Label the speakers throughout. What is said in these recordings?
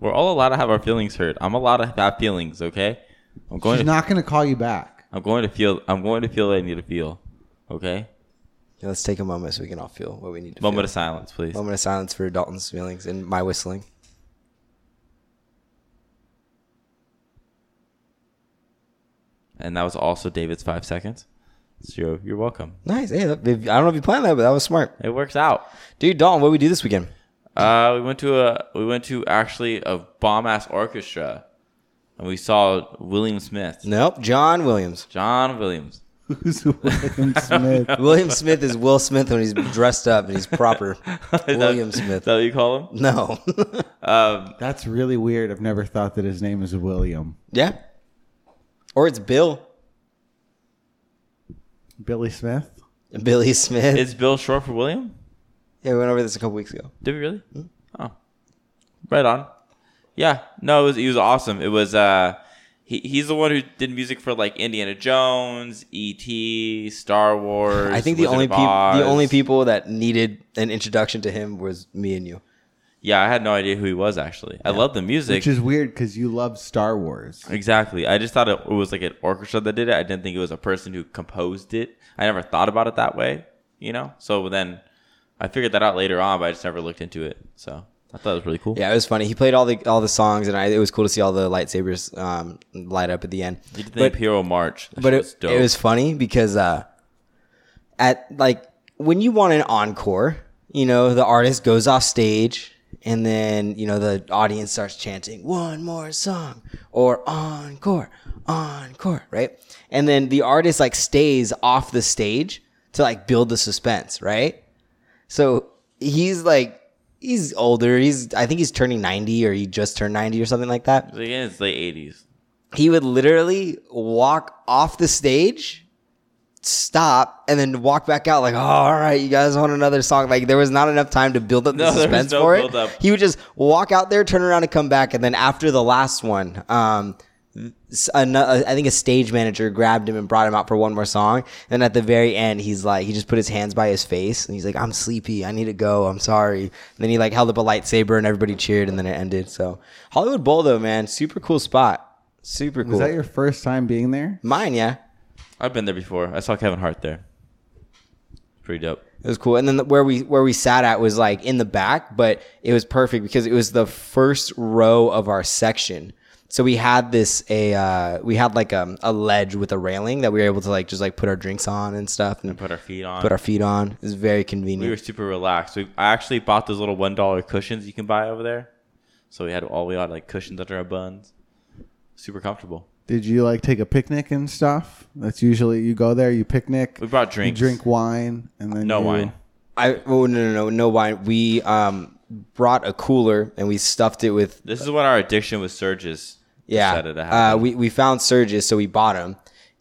Speaker 1: We're all allowed to have our feelings hurt. I'm allowed to have feelings, okay? I'm going
Speaker 2: She's
Speaker 1: to
Speaker 2: not going to call you back.
Speaker 1: I'm going to feel I'm going to feel what I need to feel. Okay?
Speaker 3: Yeah, let's take a moment so we can all feel what we need to
Speaker 1: Moment
Speaker 3: feel.
Speaker 1: of silence, please.
Speaker 3: moment of silence for Dalton's feelings and my whistling.
Speaker 1: And that was also David's five seconds. So you're, you're welcome.
Speaker 3: Nice. Hey, that, I don't know if you planned that, but that was smart,
Speaker 1: It works out.
Speaker 3: dude. Dalton, what did we do this weekend?
Speaker 1: Uh, we went to a we went to actually a bomb ass orchestra, and we saw William Smith,
Speaker 3: Nope, John Williams.
Speaker 1: John Williams.
Speaker 2: Who's William Smith?
Speaker 3: William Smith is Will Smith when he's dressed up and he's proper.
Speaker 1: Is
Speaker 3: William
Speaker 1: that, Is
Speaker 3: Smith.
Speaker 1: that what you call him?
Speaker 3: No.
Speaker 2: That's really weird. I've never thought that his name is William.
Speaker 3: yeah. Or it's Bill.
Speaker 2: Billy Smith?
Speaker 3: Billy Smith.
Speaker 1: Is Bill short for William?
Speaker 3: yeah, we went over this a couple weeks ago.
Speaker 1: Did we really?
Speaker 3: Mm-hmm.
Speaker 1: Oh, right on. Yeah, no, it was he was awesome. It was uh, he he's the one who did music for like Indiana Jones, E.T., Star Wars.
Speaker 3: I think the
Speaker 1: Wizard
Speaker 3: only
Speaker 1: of
Speaker 3: people
Speaker 1: Oz.
Speaker 3: the only people that needed an introduction to him was me and you.
Speaker 1: Yeah, I had no idea who he was actually. I love the music.
Speaker 2: Which is weird because you love Star Wars.
Speaker 1: Exactly. I just thought it was like an orchestra that did it. I didn't think it was a person who composed it. I never thought about it that way, you know? So then I figured that out later on, but I just never looked into it. So I thought it was really cool.
Speaker 3: Yeah, it was funny. He played all the all the songs, and I, it was cool to see all the lightsabers um, light up at the end.
Speaker 1: He did the
Speaker 3: But-
Speaker 1: Imperial March. That
Speaker 3: but
Speaker 1: shit
Speaker 3: it,
Speaker 1: was dope.
Speaker 3: it was funny because uh at like when you want an encore you know the artist goes off stage and then you know the audience starts chanting one more song or encore encore right and then the artist like stays off the stage to like build the suspense right so he's like he's older he's i think he's turning 90 or he just turned 90 or something like that
Speaker 1: Again, it's late 80s.
Speaker 3: he would literally walk off the stage, stop, and then walk back out like, oh, all right, you guys want another song? Like there was not enough time to build up
Speaker 1: No,
Speaker 3: the
Speaker 1: there was
Speaker 3: suspense
Speaker 1: no
Speaker 3: for
Speaker 1: build up.
Speaker 3: it. He would just walk out there, turn around, and come back, and then after the last one, um. s- ano- uh, I think a stage manager grabbed him and brought him out for one more song. And at the very end, he's like, he just put his hands by his face and he's like, I'm sleepy. I need to go. I'm sorry. And then he like held up a lightsaber and everybody cheered and then it ended. So Hollywood Bowl though, man, super cool spot. Super cool.
Speaker 2: Was that your first time being there?
Speaker 3: Mine, yeah.
Speaker 1: I've been there before. I saw Kevin Hart there. Pretty dope.
Speaker 3: It was cool. And then the, where we where we sat at was like in the back, but it was perfect because it was the first row of our section. So we had this a uh, we had like um, a ledge with a railing that we were able to like just like put our drinks on and stuff and,
Speaker 1: Put our feet on.
Speaker 3: put our feet on. It was very
Speaker 1: we
Speaker 3: convenient.
Speaker 1: were super relaxed. We, I actually bought those little $1 cushions you can buy over there. So we had all we had like cushions under our buns. Super comfortable.
Speaker 2: Did you like take a picnic and stuff? That's usually you go there, you picnic,
Speaker 1: We brought
Speaker 2: you
Speaker 1: drinks.
Speaker 2: drink wine, and then
Speaker 1: no
Speaker 2: you-
Speaker 1: wine.
Speaker 3: I oh no no no no wine. We um brought a cooler and we stuffed it with
Speaker 1: This is when our addiction with surges
Speaker 3: Yeah.
Speaker 1: decided to
Speaker 3: Uh,
Speaker 1: happen.
Speaker 3: we, we found surges, so we bought them.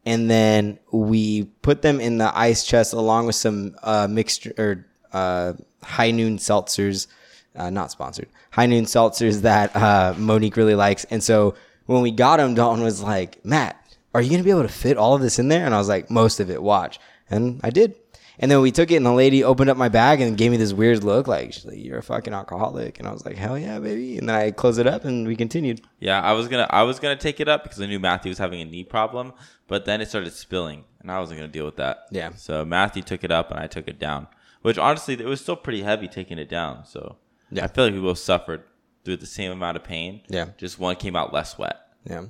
Speaker 3: And then we put them in the ice chest along with some uh, mixture or uh, high noon seltzers, uh, not sponsored, high noon seltzers that uh, Monique really likes. And so when we got them, Dalton was like, Matt, are you going to be able to fit all of this in there? And I was like, most of it, watch. And I did. And then we took it, and the lady opened up my bag and gave me this weird look, like, she's like, you're a fucking alcoholic. And I was like, hell yeah, baby. And then I closed it up and we continued.
Speaker 1: yeah, I was gonna I was gonna take it up because I knew Matthew was having a knee problem, but then it started spilling, and I wasn't gonna deal with that.
Speaker 3: Yeah.
Speaker 1: So Matthew took it up, and I took it down. Which honestly, it was still pretty heavy taking it down. So
Speaker 3: Yeah.
Speaker 1: I feel like we both suffered through the same amount of pain.
Speaker 3: Yeah.
Speaker 1: Just one came out less wet.
Speaker 3: Yeah.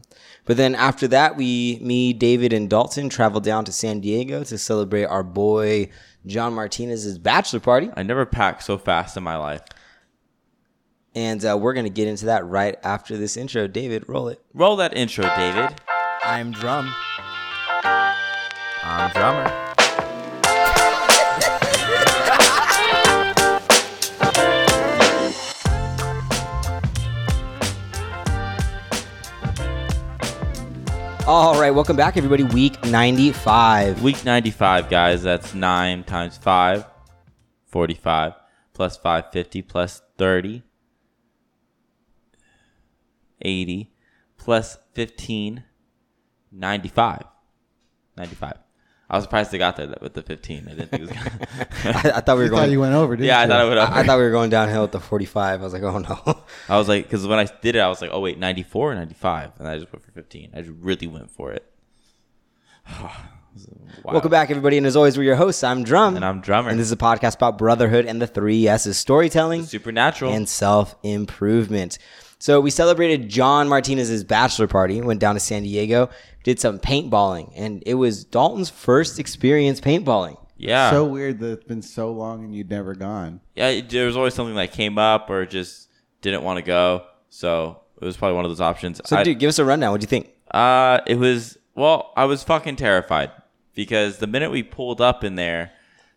Speaker 3: But then after that, we, me, David, and Dalton traveled down to San Diego to celebrate our boy John Martinez's bachelor party.
Speaker 1: I never packed so fast in my life.
Speaker 3: And uh, we're going to get into that right after this intro. David, roll it.
Speaker 1: Roll that intro, David.
Speaker 3: I'm Drum.
Speaker 1: I'm drummer.
Speaker 3: All right. Welcome back, everybody. Week 95.
Speaker 1: Week 95, guys. That's 9 times 5, 45, plus 550, plus 30, 80, plus 15, 95. 95. I was surprised they got there with the 15. I didn't think it was gonna.
Speaker 3: I, I thought we were
Speaker 2: You thought
Speaker 3: going.
Speaker 2: you went over, didn't
Speaker 1: yeah, I
Speaker 2: you?
Speaker 1: thought it would.
Speaker 3: I, I thought we were going downhill at the 45. I was like, oh no.
Speaker 1: I was like, because when I did it, I was like, oh wait, 94 or 95, and I just went for 15. I just really went for it. Wow.
Speaker 3: Welcome back, everybody, and as always, we're your hosts. I'm Drum,
Speaker 1: And I'm Drummer.
Speaker 3: and this is a podcast about brotherhood and the three S's: storytelling,
Speaker 1: Supernatural.
Speaker 3: and self improvement. So we celebrated John Martinez's bachelor party, went down to San Diego, did some paintballing, and it was Dalton's first experience paintballing.
Speaker 1: yeah.
Speaker 2: So weird that it's been so long and you'd never gone.
Speaker 1: yeah, it- there was always something that came up or just didn't want to go. So it was probably one of those options.
Speaker 3: So,
Speaker 1: I-
Speaker 3: dude, give us a rundown. What do you think?
Speaker 1: Uh, it was well, I was fucking terrified because the minute we pulled up in there,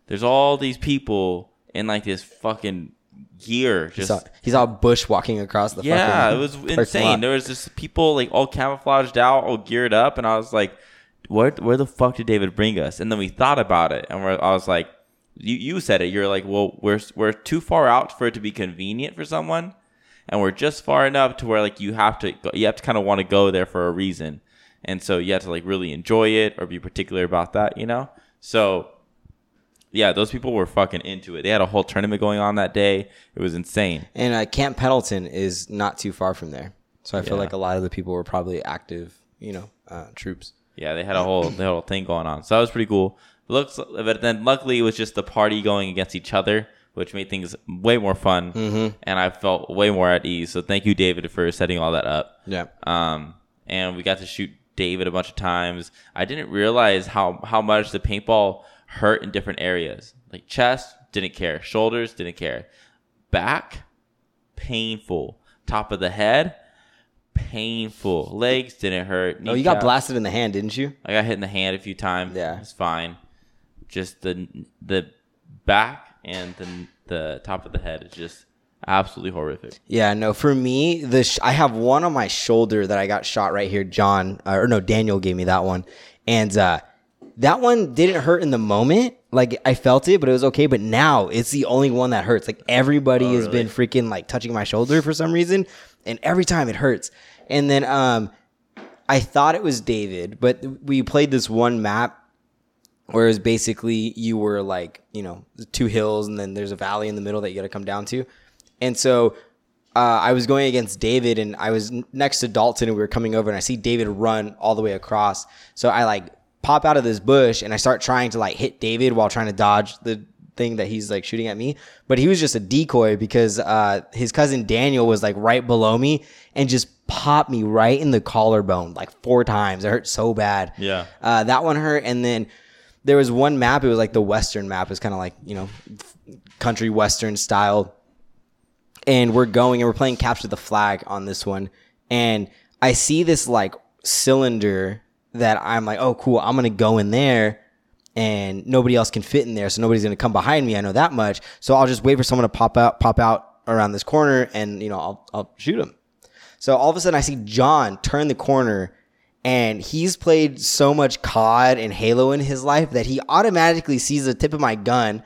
Speaker 1: there's all these people in like this fucking gear.
Speaker 3: He's
Speaker 1: Just
Speaker 3: all, he's all bushwalking across the
Speaker 1: yeah, it
Speaker 3: fucking
Speaker 1: was
Speaker 3: parking lot.
Speaker 1: insane. There was just people like all camouflaged out, all geared up, and I was like, "Where where the fuck did David bring us?" And then we thought about it, and we're, I was like, "You you said it. You're like, well, we're we're too far out for it to be convenient for someone, and we're just far enough to where like you have to go, you have to kind of want to go there for a reason, and so you have to like really enjoy it or be particular about that, you know." So yeah, those people were fucking into it. They had a whole tournament going on that day. It was insane.
Speaker 3: And uh, Camp Pendleton is not too far from there. So I feel
Speaker 1: Yeah.
Speaker 3: like a lot of the people were probably active, you know, uh, troops.
Speaker 1: Yeah, they had a whole they had a whole thing going on, so that was pretty cool. Looks, but then luckily it was just the party going against each other, which made things way more fun,
Speaker 3: Mm-hmm.
Speaker 1: and I felt way more at ease. So thank you, David, for setting all that up.
Speaker 3: Yeah.
Speaker 1: Um, and we got to shoot David a bunch of times. I didn't realize how how much the paintball hurt in different areas, like chest didn't care, shoulders didn't care, back painful, top of the head painful, legs didn't hurt.
Speaker 3: Oh, you got
Speaker 1: kneecap-
Speaker 3: blasted in the hand, didn't you?
Speaker 1: I got hit in the hand a few times.
Speaker 3: Yeah.
Speaker 1: it's fine. Just the the back and the the top of the head is just absolutely horrific.
Speaker 3: Yeah, no. For me, the sh- I have one on my shoulder that I got shot right here. John uh, or no, Daniel gave me that one, and uh, that one didn't hurt in the moment. Like I felt it, but it was okay. But now it's the only one that hurts. Like everybody has been freaking like touching my shoulder for some reason, and every time it hurts. And then um, I thought it was David, but we played this one map Whereas basically you were like, you know, two hills and then there's a valley in the middle that you got to come down to. And so uh, I was going against David and I was n- next to Dalton and we were coming over and I see David run all the way across. So I like pop out of this bush and I start trying to like hit David while trying to dodge the thing that he's like shooting at me. But he was just a decoy because uh, his cousin Daniel was like right below me and just popped me right in the collarbone like four times. It hurt so bad.
Speaker 1: Yeah.
Speaker 3: Uh, that one hurt. And then there was one map. It was like the Western map. It was kind of like, you know, country Western style. And we're going and we're playing Capture the Flag on this one. And I see this like cylinder that I'm like, oh, cool. I'm going to go in there and nobody else can fit in there. So nobody's going to come behind me. I know that much. So I'll just wait for someone to pop out, pop out around this corner and, you know, I'll, I'll shoot him. So all of a sudden, I see John turn the corner, and he's played so much COD and Halo in his life that he automatically sees the tip of my gun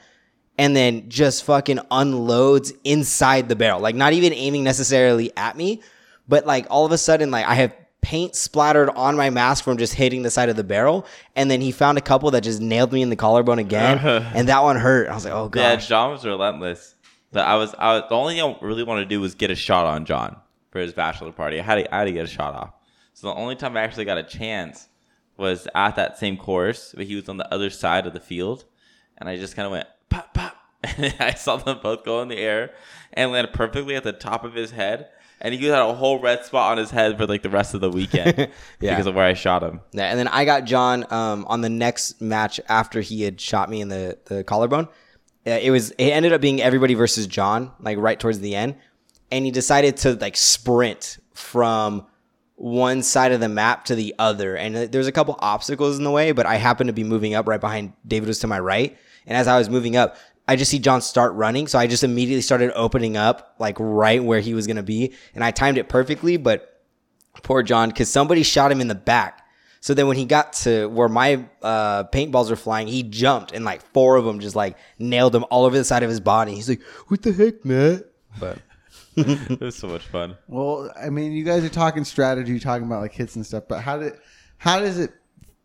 Speaker 3: and then just fucking unloads inside the barrel. Like, not even aiming necessarily at me, but like all of a sudden, like I have paint splattered on my mask from just hitting the side of the barrel. And then he found a couple that just nailed me in the collarbone again, and that one hurt. I was like, oh,
Speaker 1: Yeah,
Speaker 3: gosh.
Speaker 1: John was relentless. But I was I was, the only thing I really wanted to do was get a shot on John for his bachelor party. I had to, I had to get a shot off. So the only time I actually got a chance was at that same course, but he was on the other side of the field, and I just kind of went pop pop, and I saw them both go in the air and land perfectly at the top of his head, and he had a whole red spot on his head for like the rest of the weekend
Speaker 3: Yeah.
Speaker 1: because of where I shot him.
Speaker 3: Yeah, and then I got John um, on the next match after he had shot me in the, the collarbone. Uh, It was it ended up being everybody versus John, like right towards the end, and he decided to like sprint from one side of the map to the other. And uh, there's a couple obstacles in the way, but I happened to be moving up right behind David was to my right, and as I was moving up, I just see John start running, so I just immediately started opening up like right where he was gonna be, and I timed it perfectly, but poor John, because somebody shot him in the back. So then when he got to where my uh, paintballs were flying, he jumped and like four of them just like nailed him all over the side of his body. He's like, "What the heck, man?" But
Speaker 1: It was so much fun.
Speaker 2: Well, I mean, you guys are talking strategy, talking about like hits and stuff, but how did how does it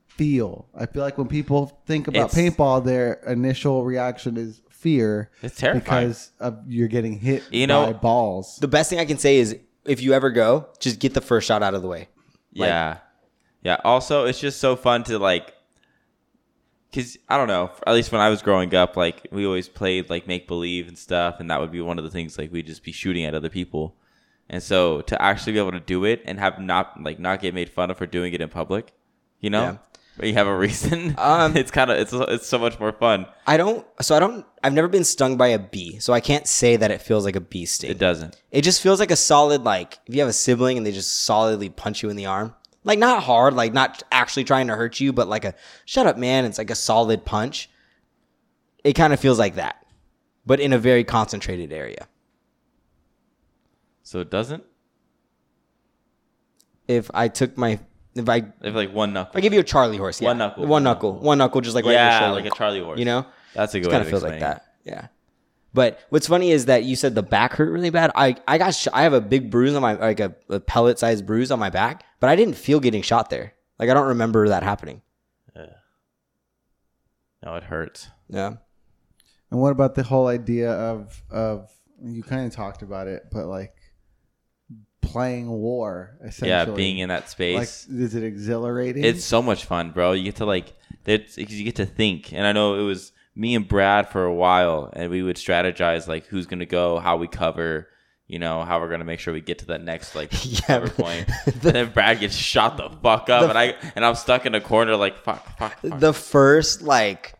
Speaker 2: feel. I feel like when people think about
Speaker 1: It's-
Speaker 2: paintball, their initial reaction is fear.
Speaker 1: It's terrifying.
Speaker 2: because of you're getting hit
Speaker 1: You know-
Speaker 2: by balls.
Speaker 3: The best thing I can say is if you ever go, just get the first shot out of the way. Like-
Speaker 1: yeah. Yeah. Also, it's just so fun to like, because I don't know, at least when I was growing up, like we always played like make believe and stuff. And that would be one of the things like we'd just be shooting at other people. And so to actually be able to do it and have not like not get made fun of for doing it in public, you know,
Speaker 3: Yeah.
Speaker 1: where you have a reason,
Speaker 3: Um,
Speaker 1: it's kind of, it's, it's so much more fun.
Speaker 3: I don't. So I don't. I've never been stung by a bee, so I can't say that it feels like a bee sting.
Speaker 1: It doesn't.
Speaker 3: It just feels like a solid like if you have a sibling and they just solidly punch you in the arm. Like not hard, like not actually trying to hurt you, but like a shut up man, it's like a solid punch. It kind of feels like that. But in a very concentrated area.
Speaker 1: So it doesn't.
Speaker 3: If I took my if I if
Speaker 1: If like one knuckle.
Speaker 3: I give you a Charlie horse, yeah.
Speaker 1: One knuckle.
Speaker 3: One knuckle. One knuckle just like right in your
Speaker 1: yeah,
Speaker 3: shoulder.
Speaker 1: like a Charlie horse.
Speaker 3: You know?
Speaker 1: that's a good.
Speaker 3: It
Speaker 1: way
Speaker 3: kind of feels like
Speaker 1: explaining it.
Speaker 3: that. Yeah. But what's funny is that you said the back hurt really bad. I, I got sh- I have a big bruise on my like a, a pellet sized bruise on my back, but I didn't feel getting shot there. Like I don't remember that happening.
Speaker 1: No, it hurts.
Speaker 3: Yeah.
Speaker 2: And what about the whole idea of of you kind of talked about it, but like playing war essentially.
Speaker 1: Yeah, being in that
Speaker 2: like,
Speaker 1: space.
Speaker 2: is it exhilarating?
Speaker 1: It's so much fun, bro. You get to like, it's, you get to think. And I know it was me and Brad for a while, and we would strategize like who's gonna go, how we cover, you know, how we're gonna make sure we get to that next like
Speaker 3: Yeah,
Speaker 1: cover
Speaker 3: but
Speaker 1: point. and then Brad gets shot the fuck up, and I and I'm stuck in a corner like fuck, fuck, fuck.
Speaker 3: The first like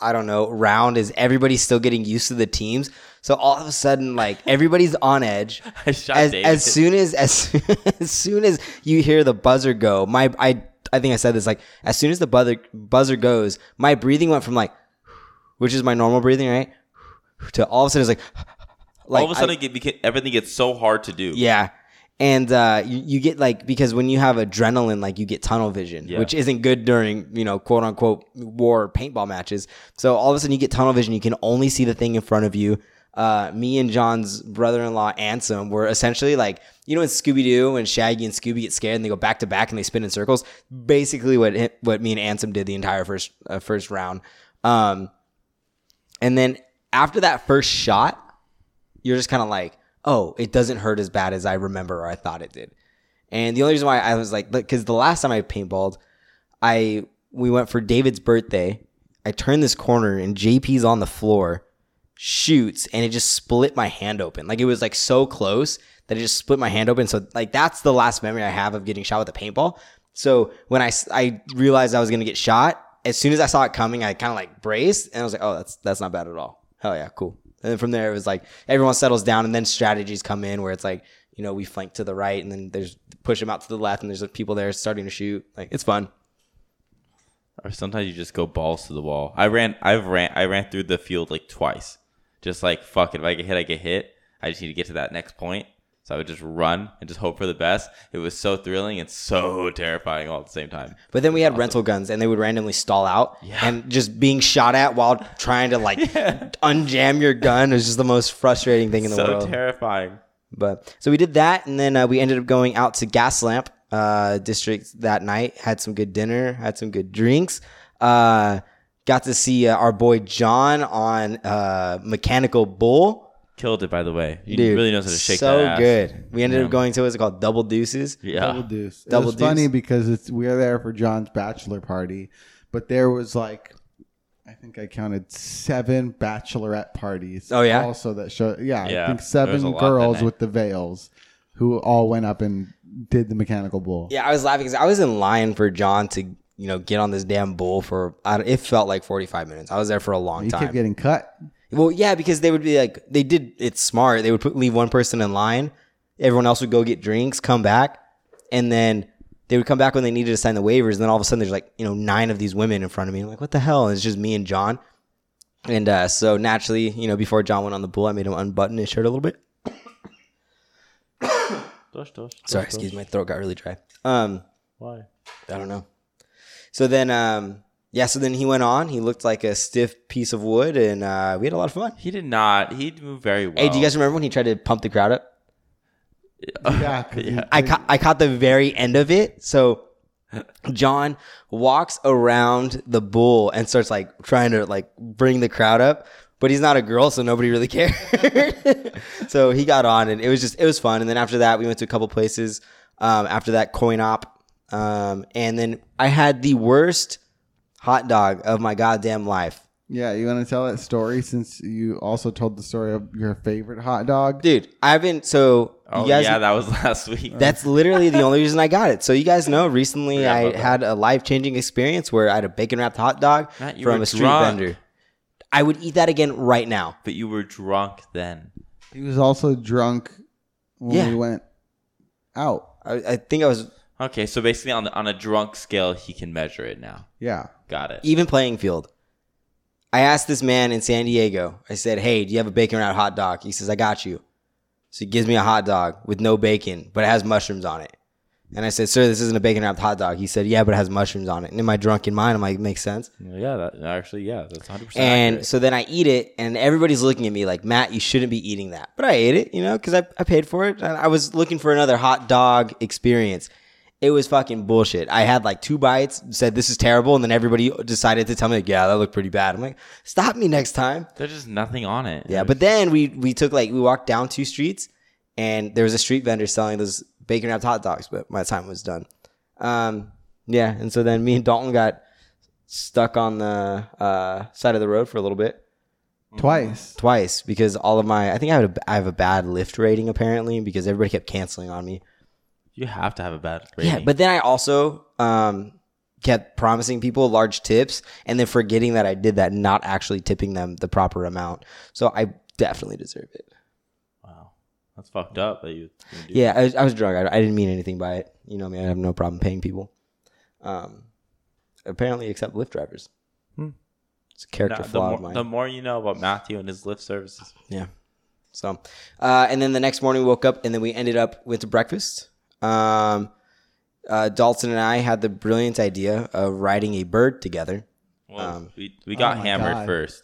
Speaker 3: I don't know round is everybody's still getting used to the teams, so all of a sudden like everybody's on edge.
Speaker 1: I shot
Speaker 3: as,
Speaker 1: David.
Speaker 3: as soon as as, as soon as you hear the buzzer go, my I I think I said this like as soon as the buzzer buzzer goes, my breathing went from like which is my normal breathing, right? To all of a sudden it's like like
Speaker 1: All of a
Speaker 3: I-
Speaker 1: sudden, it beca- everything gets so hard to do.
Speaker 3: yeah. And uh, you, you get like because when you have adrenaline, like you get tunnel vision,
Speaker 1: Yeah.
Speaker 3: which isn't good during you know quote unquote war paintball matches. So all of a sudden you get tunnel vision; you can only see the thing in front of you. Uh, me and John's brother-in-law Ansem were essentially like you know in Scooby Doo when Shaggy and Scooby get scared and they go back to back and they spin in circles. Basically, what hi- what me and Ansem did the entire first uh, first round. Um, and then after that first shot, you're just kind of like, oh, it doesn't hurt as bad as I remember or I thought it did. And the only reason why I was like, because the last time I paintballed, I we went for David's birthday. I turned this corner and JP's on the floor, shoots, and it just split my hand open. Like it was like so close that it just split my hand open. So like that's the last memory I have of getting shot with a paintball. So when I s- I realized I was gonna get shot, as soon as I saw it coming, I kind of like braced and I was like, oh, that's that's not bad at all. Hell yeah, cool. And then from there, it was like everyone settles down, and then strategies come in where it's like, you know, we flank to the right, and then there's push them out to the left, and there's like, people there starting to shoot. Like it's fun.
Speaker 1: or sometimes you just go balls to the wall. I ran, I've ran, I ran through the field like twice, just like fuck it. If I get hit, I get hit. I just need to get to that next point. So I would just run and just hope for the best. It was so thrilling and so terrifying all at the same time.
Speaker 3: But then we had rental guns, and they would randomly stall out, and just being shot at while trying to like unjam your gun is just the most frustrating thing in the
Speaker 1: so
Speaker 3: world.
Speaker 1: terrifying.
Speaker 3: But so we did that, and then uh, we ended up going out to Gaslamp uh, District that night. Had some good dinner, had some good drinks. Uh, got to see uh, our boy John on uh, Mechanical Bull.
Speaker 1: Killed it, by the way. You
Speaker 3: Dude,
Speaker 1: really knows how to shake
Speaker 3: so
Speaker 1: that ass.
Speaker 3: good. We ended
Speaker 1: Yeah.
Speaker 3: up going to what's it called Double Deuces.
Speaker 1: Yeah.
Speaker 2: double deuce. It
Speaker 3: Ah, Double
Speaker 2: was
Speaker 3: deuce.
Speaker 2: funny because it's we are there for John's bachelor party, but there was like I think I counted seven bachelorette parties.
Speaker 3: Oh, yeah?
Speaker 2: also that show. Yeah,
Speaker 1: Yeah,
Speaker 2: I think
Speaker 1: there was a
Speaker 2: seven
Speaker 1: lot that
Speaker 2: girls
Speaker 1: night.
Speaker 2: with the veils who all went up and did the mechanical bull.
Speaker 3: Yeah, I was laughing because I was in line for John to you know get on this damn bull for I don't, it felt like forty five minutes. I was there for a long
Speaker 2: he
Speaker 3: time.
Speaker 2: kept getting cut.
Speaker 3: Well, yeah, because they would be like, they did it's smart. They would put, leave one person in line, everyone else would go get drinks, come back, and then they would come back when they needed to sign the waivers. And then all of a sudden, there's like you know nine of these women in front of me. I'm like, what the hell? And it's just me and John. And uh, so naturally, you know, before John went on the bull, I made him unbutton his shirt a little bit.
Speaker 1: Dosh, dosh, dosh,
Speaker 3: Sorry,
Speaker 1: dosh.
Speaker 3: excuse my throat got really dry. Um,
Speaker 1: Why?
Speaker 3: I don't know. So then, um, yeah, so then he went on. He looked like a stiff piece of wood, and uh, we had a lot of fun.
Speaker 1: He did not. He moved very well.
Speaker 3: Hey, do you guys remember when he tried to pump the crowd up?
Speaker 2: Yeah, 'cause he-
Speaker 1: Mm-hmm.
Speaker 3: I, ca- I caught the very end of it. So John walks around the bull and starts like trying to like bring the crowd up, but he's not a girl, so nobody really cared. so he got on, and it was just it was fun. And then after that, we went to a couple places. Um, after that, coin op, um, and then I had the worst hot dog of my goddamn life,
Speaker 2: Yeah, you want to tell that story since you also told the story of your favorite hot dog?
Speaker 3: dude. I haven't so
Speaker 1: Oh
Speaker 3: you guys-
Speaker 1: yeah, that was last week.
Speaker 3: That's literally the only reason I got it. So you guys know, recently
Speaker 1: Forgot
Speaker 3: I
Speaker 1: about that.
Speaker 3: had a life changing experience where I had a bacon wrapped hot dog
Speaker 1: Matt, you
Speaker 3: from
Speaker 1: were
Speaker 3: a street
Speaker 1: drunk.
Speaker 3: vendor. I would eat that again right now.
Speaker 1: but you were drunk then.
Speaker 2: He was also drunk when
Speaker 3: Yeah.
Speaker 2: we went out.
Speaker 3: I, I think I was
Speaker 1: Okay, so basically on the, on a drunk scale, he can measure it now.
Speaker 2: Yeah.
Speaker 1: Got it.
Speaker 3: even playing field. I asked this man in San Diego. I said, "Hey, do you have a bacon wrapped hot dog?" He says, "I got you." So he gives me a hot dog with no bacon, but it has mushrooms on it. And I said, "Sir, this isn't a bacon wrapped hot dog." He said, "Yeah, but it has mushrooms on it." And in my drunken mind, I'm like, "Makes sense."
Speaker 1: Yeah, that actually, yeah, that's hundred percent.
Speaker 3: And so then I eat it, and everybody's looking at me like, Matt, you shouldn't be eating that. But I ate it, you know, because I, I paid for it. And I was looking for another hot dog experience. It was fucking bullshit. I had like two bites, said this is terrible, and then everybody decided to tell me, like, yeah, that looked pretty bad. I'm like, stop me next time.
Speaker 1: there's just nothing on it.
Speaker 3: Yeah, but then we we took like we walked down two streets, and there was a street vendor selling those bacon wrapped hot dogs. But my time was done. Um, yeah, and so then me and Dalton got stuck on the uh, side of the road for a little bit Mm-hmm.
Speaker 2: Twice.
Speaker 3: twice because all of my I think I had a, I have a bad lift rating apparently because everybody kept canceling on me.
Speaker 1: you have to have a bad rating.
Speaker 3: Yeah, but then I also um kept promising people large tips and then forgetting that I did that, not actually tipping them the proper amount. So I definitely deserve it.
Speaker 1: wow, that's fucked up. That you, you do.
Speaker 3: Yeah, I was, I was drunk. I, I didn't mean anything by it. You know me. I have no problem paying people. Um, apparently, except Lyft drivers.
Speaker 1: Hmm.
Speaker 3: It's a character
Speaker 1: Nah, the,
Speaker 3: flaw of
Speaker 1: more,
Speaker 3: mine.
Speaker 1: the more you know about Matthew and his lift services.
Speaker 3: yeah. So, uh, and then the next morning we woke up, and then we ended up went to breakfast. Um, uh, Dalton and I had the brilliant idea of riding a bird together.
Speaker 1: Well,
Speaker 3: Um,
Speaker 1: we we got
Speaker 2: oh my
Speaker 1: hammered
Speaker 2: God.
Speaker 1: first.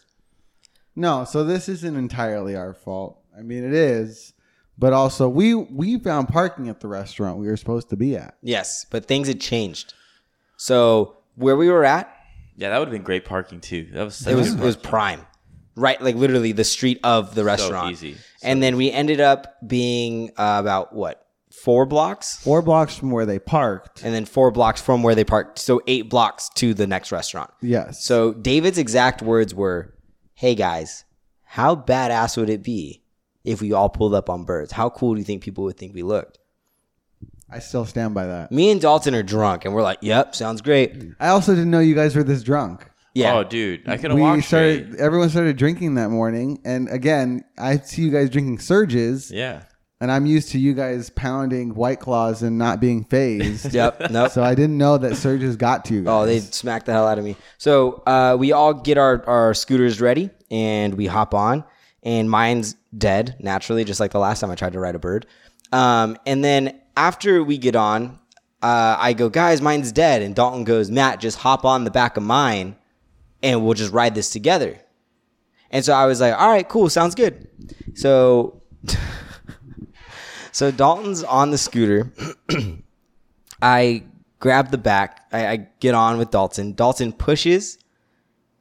Speaker 2: No, so this isn't entirely our fault. I mean, it is, but also we we found parking at the restaurant we were supposed to be at.
Speaker 3: Yes, but things had changed. So where we were at,
Speaker 1: Yeah, that would have been great parking too. That was such
Speaker 3: it was
Speaker 1: good
Speaker 3: it was
Speaker 1: parking.
Speaker 3: prime, right? Like literally the street of the restaurant.
Speaker 1: easy. So
Speaker 3: and then we ended up being uh, about what four blocks,
Speaker 2: Four blocks from where they parked.
Speaker 3: and then four blocks from where they parked. So eight blocks to the next restaurant.
Speaker 2: Yes.
Speaker 3: So David's exact words were, "Hey guys, how badass would it be if we all pulled up on birds? How cool do you think people would think we looked?"
Speaker 2: I still stand by that.
Speaker 3: Me and Dalton are drunk, and we're like, "Yep, sounds great."
Speaker 2: I also didn't know you guys were this drunk.
Speaker 3: Yeah,
Speaker 1: Oh, dude, I could have
Speaker 2: We
Speaker 1: walked
Speaker 2: started.
Speaker 1: straight.
Speaker 2: Everyone started drinking that morning, and again, I see you guys drinking surges,
Speaker 1: Yeah,
Speaker 2: and I'm used to you guys pounding white claws and not being phased.
Speaker 3: yep, nope.
Speaker 2: So I didn't know that surges got to you. Guys.
Speaker 3: Oh, they smacked the hell out of me. So uh, we all get our, our scooters ready and we hop on. And mine's dead naturally, just like the last time I tried to ride a bird. Um, and then after we get on, uh, I go, guys, mine's dead. And Dalton goes, Matt, just hop on the back of mine and we'll just ride this together. And so I was like, all right, cool, sounds good. So. So Dalton's on the scooter. I grab the back. I, I get on with Dalton. Dalton pushes.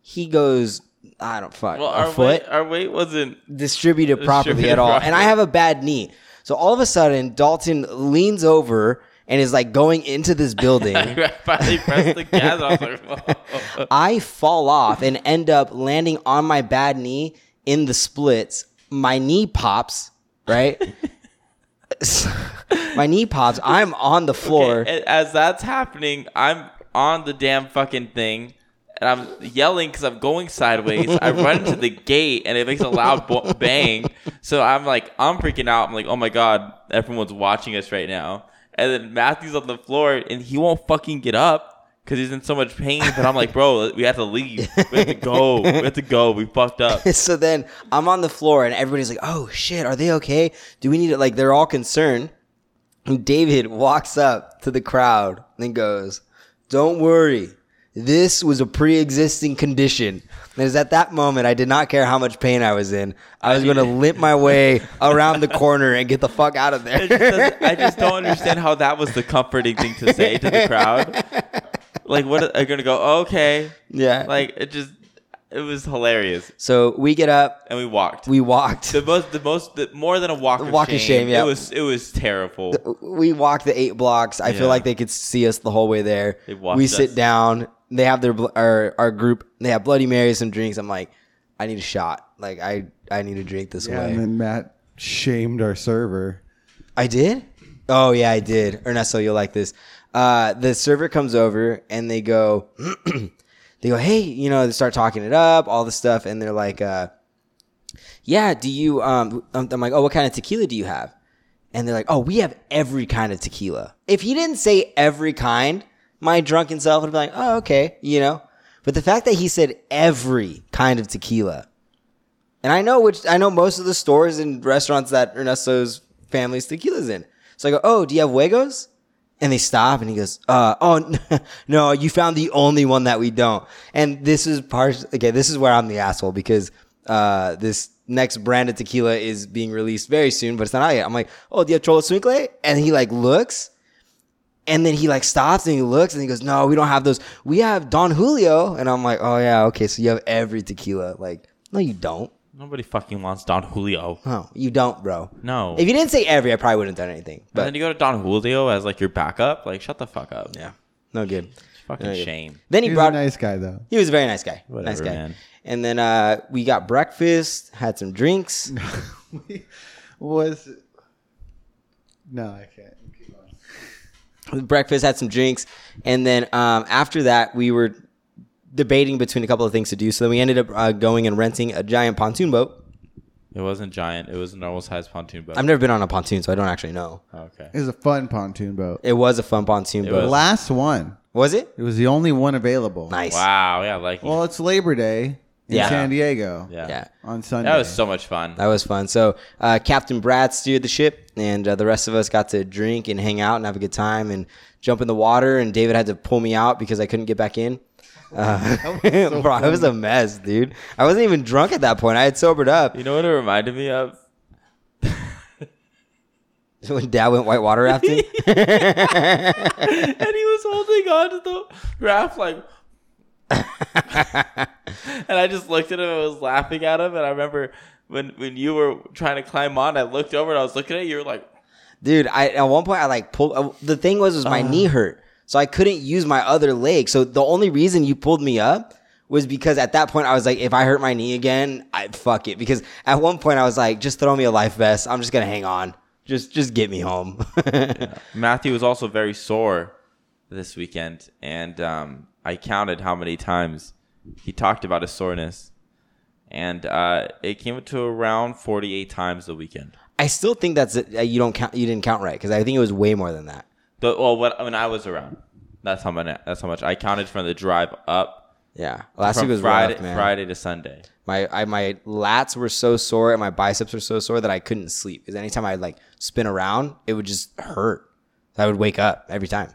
Speaker 3: He goes, I don't fuck
Speaker 1: well,
Speaker 3: a
Speaker 1: our
Speaker 3: foot
Speaker 1: weight, our weight wasn't.
Speaker 3: distributed properly
Speaker 1: Distributed
Speaker 3: at all. And I
Speaker 1: properly.
Speaker 3: have a bad knee. So all of a sudden, Dalton leans over and is like going into this building.
Speaker 1: I finally pressed the gas. I was like, whoa.
Speaker 3: I fall off and end up landing on my bad knee in the splits. My knee pops, right? my knee pops. I'm on the floor.
Speaker 1: And as that's happening, I'm on the damn fucking thing, and I'm yelling because I'm going sideways. I run into the gate, and it makes a loud bo- bang. So I'm like, I'm freaking out. I'm like, oh my god, everyone's watching us right now. And then Matthew's on the floor, and he won't fucking get up because he's in so much pain. But I'm like, bro, we have to leave. We have to go. We have to go. We fucked up.
Speaker 3: so then I'm on the floor and everybody's like, "Oh shit, are they okay? Do we need it?" Like they're all concerned. And David walks up to the crowd and goes, "Don't worry, This was a pre-existing condition. And it was at that moment I did not care how much pain I was in. I was going to limp my way around the corner and get the fuck out of
Speaker 1: It just
Speaker 3: there.
Speaker 1: doesn't- I just don't understand how that was the comforting thing to say to the crowd. Like, what are you gonna go? Okay,
Speaker 3: yeah. Like
Speaker 1: like it just it was hilarious,
Speaker 3: so we get up,
Speaker 1: and we walked.
Speaker 3: we walked.
Speaker 1: the most, the most, the, more than a walk,
Speaker 3: The
Speaker 1: of,
Speaker 3: walk of
Speaker 1: shame,
Speaker 3: shame, yeah.
Speaker 1: It was, it was terrible.
Speaker 3: we walked the eight blocks. I
Speaker 1: Yeah.
Speaker 3: feel like they could see us the whole way there.
Speaker 1: They watched
Speaker 3: we sit
Speaker 1: us.
Speaker 3: down. They have their bl- our, our group. They have Bloody Marys, some drinks. I'm like, I need a shot. Like I I need a drink this
Speaker 2: Yeah,
Speaker 3: way.
Speaker 2: and then Matt shamed our server.
Speaker 3: I did? Oh yeah, I did. Ernesto, you'll like this. Uh, the server comes over and they go, they go, hey, you know, they start talking it up, all this stuff, and they're like, uh, yeah, do you? Um, I'm I'm like, oh, what kind of tequila do you have? And they're like, oh, we have every kind of tequila. If he didn't say every kind, my drunken self would be like, oh, okay, you know. But the fact that he said every kind of tequila, and I know which I know most of the stores and restaurants that Ernesto's family's tequila's in. So I go, "Oh, do you have Huegos?" And they stop, and he goes, "Uh, oh no, you found the only one that we don't." And this is part. Okay, this is where I'm the asshole because uh, this next brand of tequila is being released very soon, but it's not out yet. I'm like, "Oh, do you have Cholo Swingle?" And he like looks. And then he like stops and he looks and he goes, No, we don't have those. We have Don Julio. And I'm like, Oh, yeah, okay. So you have every tequila. Like, no, you don't.
Speaker 1: Nobody fucking wants Don Julio.
Speaker 3: Oh, you don't, bro.
Speaker 1: No.
Speaker 3: If you didn't say every, I probably wouldn't have done anything.
Speaker 1: and
Speaker 3: But
Speaker 1: then you go to Don Julio as like your backup. Like, shut the fuck up.
Speaker 3: yeah, no good.
Speaker 1: Fucking
Speaker 3: No good.
Speaker 1: shame.
Speaker 3: Then he,
Speaker 2: He's
Speaker 3: brought.
Speaker 2: a nice guy though.
Speaker 3: he was a very nice guy.
Speaker 1: Whatever,
Speaker 3: nice guy.
Speaker 1: man.
Speaker 3: And then uh, we got breakfast, had some drinks.
Speaker 2: Was no, I can't. Keep going.
Speaker 3: breakfast, had some drinks, and then um, after that, we were debating between a couple of things to do. So then we ended up uh, going and renting a giant pontoon boat.
Speaker 1: It wasn't giant. It was a normal sized pontoon boat.
Speaker 3: I've never been on a pontoon, so I don't actually know.
Speaker 1: okay.
Speaker 2: It was a fun pontoon boat.
Speaker 3: It was a fun pontoon
Speaker 1: It
Speaker 3: boat.
Speaker 1: was.
Speaker 2: Last one.
Speaker 3: Was it?
Speaker 2: It was the only one available.
Speaker 3: Nice.
Speaker 1: Wow. Yeah. Like.
Speaker 2: Well, it's Labor Day in
Speaker 3: Yeah.
Speaker 2: San Diego
Speaker 1: yeah.
Speaker 3: Yeah.
Speaker 2: on Sunday.
Speaker 1: That was so much fun.
Speaker 3: That was fun. So uh, Captain Brad steered the ship, and uh, the rest of us got to drink and hang out and have a good time and jump in the water. And David had to pull me out because I couldn't get back in. Uh, bro, I was a mess, dude. I wasn't even drunk at that point. I had sobered up
Speaker 1: You know what it reminded me of?
Speaker 3: when Dad went whitewater rafting.
Speaker 1: and he was holding on to the raft like and i just looked at him and was laughing at him and i remember when when you were trying to climb on i looked over and i was looking at you you were like
Speaker 3: dude i at one point i like pulled uh, the thing was was my
Speaker 1: Uh-huh.
Speaker 3: knee hurt so i couldn't use my other leg so the only reason you pulled me up was because at that point i was like if i hurt my knee again i fuck it because at one point i was like just throw me a life vest i'm just gonna hang on just just get me home
Speaker 1: matthew was also very sore this weekend and um, i counted how many times he talked about his soreness and uh, it came to around 48 times the weekend
Speaker 3: i still think that's it. Uh, you don't count you didn't count right because i think it was way more than that
Speaker 1: the, well what, when i was around that's how much that's how much i counted from the drive up
Speaker 3: yeah last
Speaker 1: from
Speaker 3: week was
Speaker 1: Friday,
Speaker 3: rough, man.
Speaker 1: Friday to Sunday.
Speaker 3: My I, my lats were so sore and my biceps were so sore that I couldn't sleep. Because anytime I'd like spin around, it would just hurt. I would wake up every time.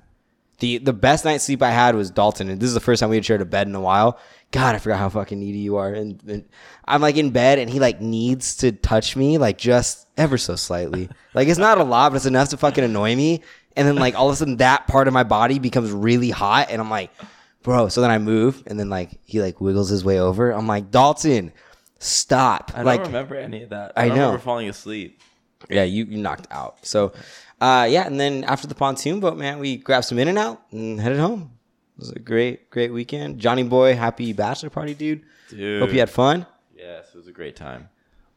Speaker 3: The the best night's sleep I had was Dalton, and this is the first time we had shared a bed in a while. God, I forgot how fucking needy you are. And, and I'm like in bed and he like needs to touch me, like just ever so slightly. like it's not a lot, but it's enough to fucking annoy me. And then like all of a sudden that part of my body becomes really hot and I'm like bro. So then I move, and then like he like wiggles his way over. I'm like, Dalton, stop.
Speaker 1: I
Speaker 3: like,
Speaker 1: don't remember any of that.
Speaker 3: I
Speaker 1: I, don't
Speaker 3: know.
Speaker 1: remember falling asleep.
Speaker 3: yeah, you, you knocked out. So, uh, yeah, and then after the pontoon boat, man, we grabbed some in and out and headed home. It was a great, great weekend. Johnny boy, happy bachelor party, dude.
Speaker 1: Dude.
Speaker 3: Hope you had fun.
Speaker 1: Yes, it was a great time.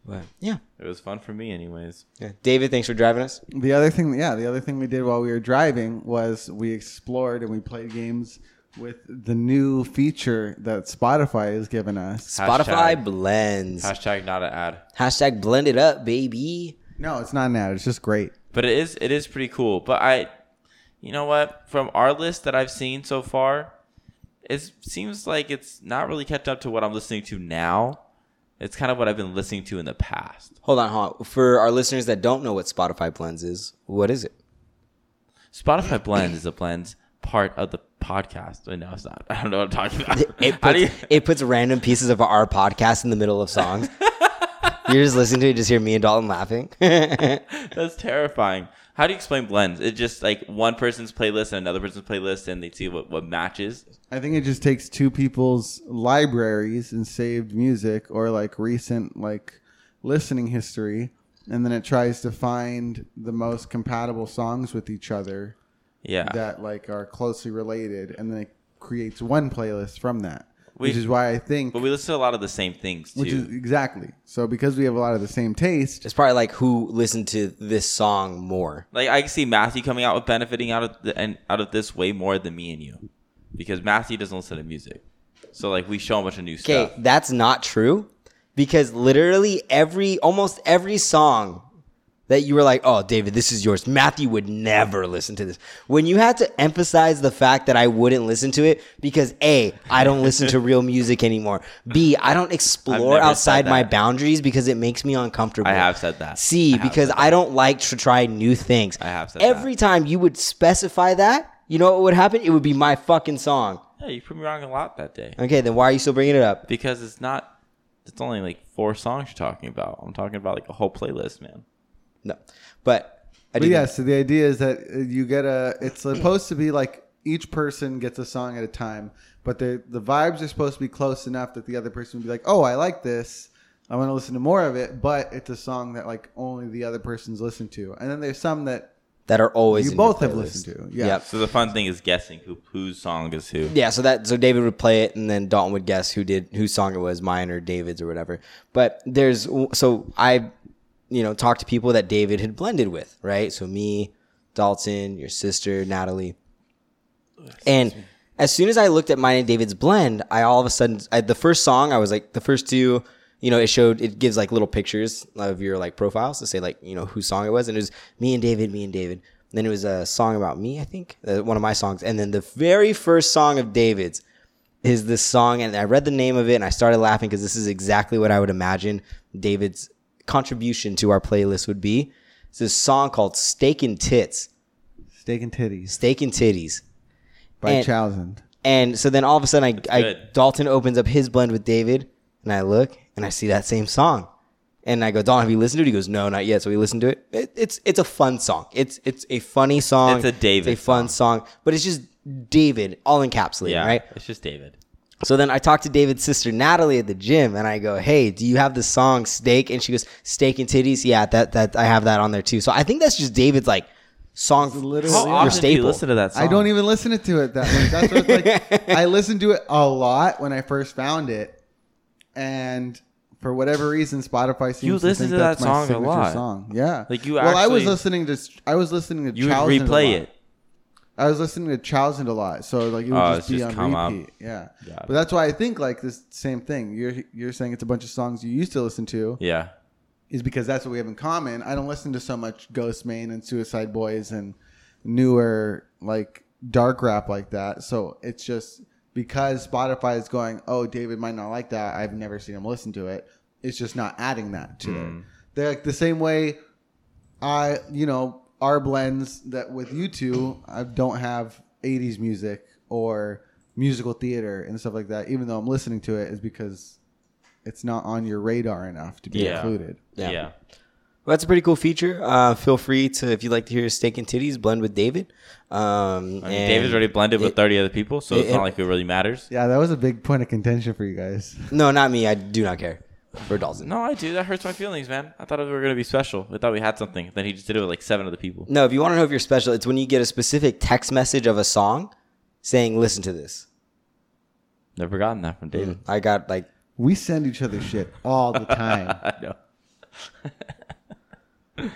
Speaker 3: But yeah.
Speaker 1: It was fun for me, anyways.
Speaker 3: yeah, David, thanks for driving us.
Speaker 2: the other thing. Yeah, the other thing we did while we were driving was we explored and we played games with the new feature that Spotify has given us.
Speaker 3: Spotify blends.
Speaker 1: Hashtag not an ad,
Speaker 3: Hashtag blend it up, baby.
Speaker 2: No, it's not an ad. It's just great.
Speaker 1: but it is it is pretty cool. But I, you know what? From our list that I've seen so far, it seems like it's not really catching up to what I'm listening to now. It's kind of what I've been listening to in the past.
Speaker 3: Hold on, hold on. For our listeners that don't know what Spotify blends is, what is it?
Speaker 1: Spotify Blend is a blend part of the podcast. No, it's not. I don't know what I'm talking about.
Speaker 3: It
Speaker 1: How do
Speaker 3: puts,
Speaker 1: you-
Speaker 3: it puts random pieces of our podcast in the middle of songs. You're just listening to it, just hear me and Dalton laughing.
Speaker 1: that's terrifying. How do you explain blends? It's just like one person's playlist and another person's playlist, and they see what, what matches.
Speaker 2: I think it just takes two people's libraries and saved music or like recent like listening history and then it tries to find the most compatible songs with each other
Speaker 1: Yeah.
Speaker 2: that like are closely related and then it creates one playlist from that.
Speaker 1: We-
Speaker 2: which is why I think
Speaker 1: but we listen to a lot of the same things
Speaker 2: which is
Speaker 1: too.
Speaker 2: exactly. So because we have a lot of the same taste,
Speaker 3: it's probably like who listened to this song more.
Speaker 1: Like I can see Matthew coming out with benefiting out of the, and out of this way more than me and you, because Matthew doesn't listen to music. So like we show him a bunch of new
Speaker 3: Okay,
Speaker 1: stuff.
Speaker 3: that's not true because literally every, almost every song that you were like, oh, David, this is yours. Matthew would never listen to this. When you had to emphasize the fact that I wouldn't listen to it because A, I don't listen to real music anymore. B, I don't explore
Speaker 1: never said
Speaker 3: outside my
Speaker 1: that.
Speaker 3: boundaries because it makes me uncomfortable.
Speaker 1: I have said that.
Speaker 3: C,
Speaker 1: I have
Speaker 3: because
Speaker 1: said
Speaker 3: I don't like to try new things.
Speaker 1: I have said that.
Speaker 3: Every time you would specify that, you know what would happen? It would be my fucking song.
Speaker 1: Yeah, you proved me wrong a lot that day
Speaker 3: Okay, then why are you still bringing it up?
Speaker 1: because it's not. It's only like four songs you're talking about. I'm talking about like a whole playlist, man.
Speaker 3: No, but I
Speaker 2: but
Speaker 3: do.
Speaker 2: yeah.
Speaker 3: Yes.
Speaker 2: So the idea is that uh, you get a. It's supposed to be like each person gets a song at a time, but the the vibes are supposed to be close enough that the other person would be like, "Oh, I like this. I want to listen to more of it." But it's a song that like only the other person's listened to, and then there's some that
Speaker 3: that are always
Speaker 2: you
Speaker 3: in your
Speaker 2: both have
Speaker 3: playlist.
Speaker 2: listened to. Yeah.
Speaker 3: Yep.
Speaker 1: So the fun thing is guessing who whose song is who.
Speaker 3: Yeah, so that so David would play it, and then Dalton would guess who did whose song it was, mine or David's or whatever. But there's so I, you know, talked to people that David had blended with, right? So me, Dalton, your sister Natalie, and as soon as I looked at mine and David's blend, I all of a sudden I, the first song I was like the first two, you know, it showed it gives like little pictures of your like profiles to say like you know whose song it was, and it was me and David, me and David. And then it was a song about me, I think, uh, one of my songs. And then the very first song of David's is this song, and I read the name of it and I started laughing because this is exactly what I would imagine David's contribution to our playlist would be. It's this song called "Steak and Tits,"
Speaker 2: Steak and Titties
Speaker 3: "Steak and Titties."
Speaker 2: by
Speaker 3: And-
Speaker 2: Chowsand.
Speaker 3: And so then all of a sudden, I, I
Speaker 1: good.
Speaker 3: Dalton opens up his blend with David, and I look and I see that same song, and I go, Dalton, have you listened to it? He goes, No, not yet. So we listened to it. it it's it's a fun song. It's it's a funny song.
Speaker 1: It's a David
Speaker 3: It's a fun song. but it's just David, all encapsulated,
Speaker 1: Yeah,
Speaker 3: right?
Speaker 1: It's just David.
Speaker 3: So then I talked to David's sister Natalie at the gym, and I go, "Hey, do you have the song Steak?" And she goes, "Steak and titties." Yeah, that that I have that on there too. So I think that's just David's like song
Speaker 2: literally-
Speaker 1: How
Speaker 2: Your
Speaker 1: often do you
Speaker 3: staple.
Speaker 1: listen to that song?
Speaker 2: I don't even listen to it that much. That's what it's like. I listened to it a lot when I first found it, and for whatever reason, Spotify seems
Speaker 1: You
Speaker 2: to
Speaker 1: listen
Speaker 2: think
Speaker 1: to
Speaker 2: that's
Speaker 1: that
Speaker 2: my
Speaker 1: song a
Speaker 2: signature
Speaker 1: lot.
Speaker 2: Song, yeah.
Speaker 1: Like, you
Speaker 2: Well, I was
Speaker 1: actually-
Speaker 2: listening to I was listening to
Speaker 1: You would
Speaker 2: Chowsand a
Speaker 1: replay
Speaker 2: lot.
Speaker 1: it.
Speaker 2: I was listening to Chowsand a lot, so like it would
Speaker 1: Oh,
Speaker 2: just
Speaker 1: it's
Speaker 2: be
Speaker 1: just
Speaker 2: on
Speaker 1: come up.
Speaker 2: repeat. Yeah.
Speaker 1: Got it.
Speaker 2: but that's why I think like this same thing. You're you're saying it's a bunch of songs you used to listen to
Speaker 1: Yeah.
Speaker 2: is because that's what we have in common. I don't listen to so much Ghost Main and Suicide Boys and newer like dark rap like that. So it's just because Spotify is going, oh, David might not like that. I've never seen him listen to it. It's just not adding that to it. They're like the same way I, you know, our blends that with you two, I don't have 80s music or musical theater and stuff like that, even though I'm listening to it, is because it's not on your radar enough to be
Speaker 1: Yeah.
Speaker 2: included.
Speaker 3: Yeah.
Speaker 1: Yeah.
Speaker 3: Well, that's a pretty cool feature. Uh, feel free to, if you'd like to hear Steak and Titties, blend with David. Um,
Speaker 1: I mean, David's already blended with 30 other people, so it's
Speaker 3: it-
Speaker 1: not like it really matters.
Speaker 2: Yeah, that was a big point of contention for you guys.
Speaker 3: No, not me. I do not care for Dalton. No.
Speaker 1: No, I do. That hurts my feelings, man. I thought we were gonna be special. I thought we had something. Then he just did it with like seven other people.
Speaker 3: if you want to know if you're special, it's when you get a specific text message of a song saying, listen to this.
Speaker 1: Never gotten that from David.
Speaker 3: I got like,
Speaker 2: We send each other shit all the time.
Speaker 1: I know.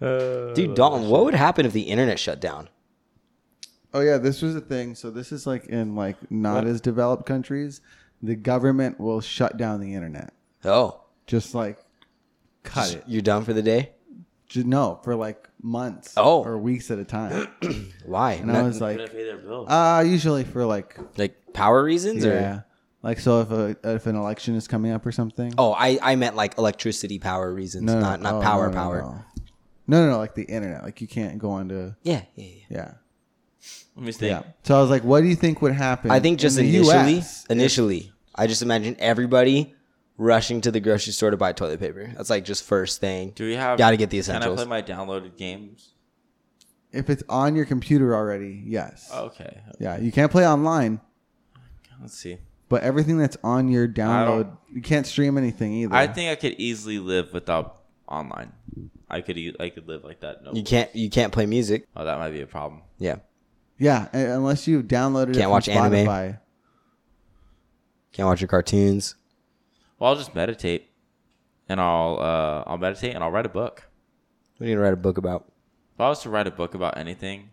Speaker 2: Uh,
Speaker 3: dude, Dalton, what would happen if the internet shut down?
Speaker 2: oh yeah, this was a thing. So this is like in like not as developed countries, the government will shut down the internet.
Speaker 3: Oh,
Speaker 2: Just like cut it.
Speaker 3: you're done for the day?
Speaker 2: Ju- no, for like months
Speaker 3: Oh.
Speaker 2: or weeks at a time.
Speaker 3: Why?
Speaker 2: And I
Speaker 3: Not-
Speaker 2: was like,
Speaker 1: pay their bill.
Speaker 2: uh usually for like
Speaker 3: like power reasons? Or?
Speaker 2: yeah. Like so if a if an election is coming up or something.
Speaker 3: Oh, I, I meant like electricity power reasons, not, not
Speaker 2: oh,
Speaker 3: power
Speaker 2: no, no,
Speaker 3: power.
Speaker 2: No. no, no, no, like the internet. Like you can't go onto
Speaker 3: Yeah, yeah, yeah.
Speaker 2: yeah.
Speaker 1: Let me think.
Speaker 2: Yeah. So I was like, what do you think would happen?
Speaker 3: I think just
Speaker 2: in the
Speaker 3: initially,
Speaker 2: US?
Speaker 3: initially, I just imagine everybody rushing to the grocery store to buy toilet paper. That's like just first thing.
Speaker 1: Do we have?
Speaker 3: Gotta get the
Speaker 1: Can I
Speaker 3: essentials.
Speaker 1: play my downloaded games?
Speaker 2: If it's on your computer already, yes.
Speaker 1: Okay.
Speaker 2: Yeah, you can't play online,
Speaker 1: Let's see.
Speaker 2: but everything that's on your download,
Speaker 1: don't-
Speaker 2: you can't stream anything either.
Speaker 1: I think I could easily live without online. I could. e- I could live like that. No.
Speaker 3: You can't you can't play music.
Speaker 1: Oh, that might be a problem.
Speaker 3: Yeah,
Speaker 2: yeah, a- unless you've downloaded it
Speaker 3: Can't
Speaker 2: from
Speaker 3: watch anime. Uh,
Speaker 2: Spotify.
Speaker 3: can't watch your cartoons.
Speaker 1: Well, I'll just meditate, and I'll uh, I'll meditate and I'll write a book.
Speaker 3: We need to write a book about
Speaker 1: If I was to write a book about anything,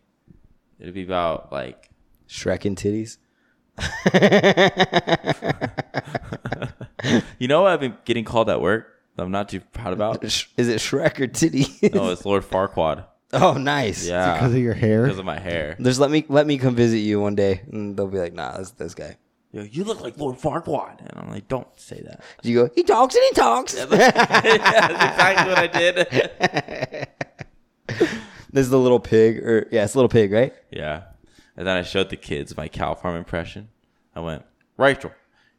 Speaker 1: it'd be about like
Speaker 3: Shrek and titties.
Speaker 1: you know what I've been getting called at work. that I'm not too proud about.
Speaker 3: Sh- Is it Shrek or titties?
Speaker 1: no, it's Lord Farquaad.
Speaker 3: oh, nice.
Speaker 1: Yeah,
Speaker 2: Because of your hair.
Speaker 1: because of my hair.
Speaker 3: There's let me let me come visit you one day, and they'll be like, "Nah, that's this guy."
Speaker 1: Yo, you look like Lord Farquaad, and I'm like, don't say that.
Speaker 3: You go. He talks and he talks.
Speaker 1: yeah, that's exactly what I did.
Speaker 3: There's the little pig, or yeah, it's little pig, right?
Speaker 1: yeah, and then I showed the kids my cow farm impression. I went, Rachel,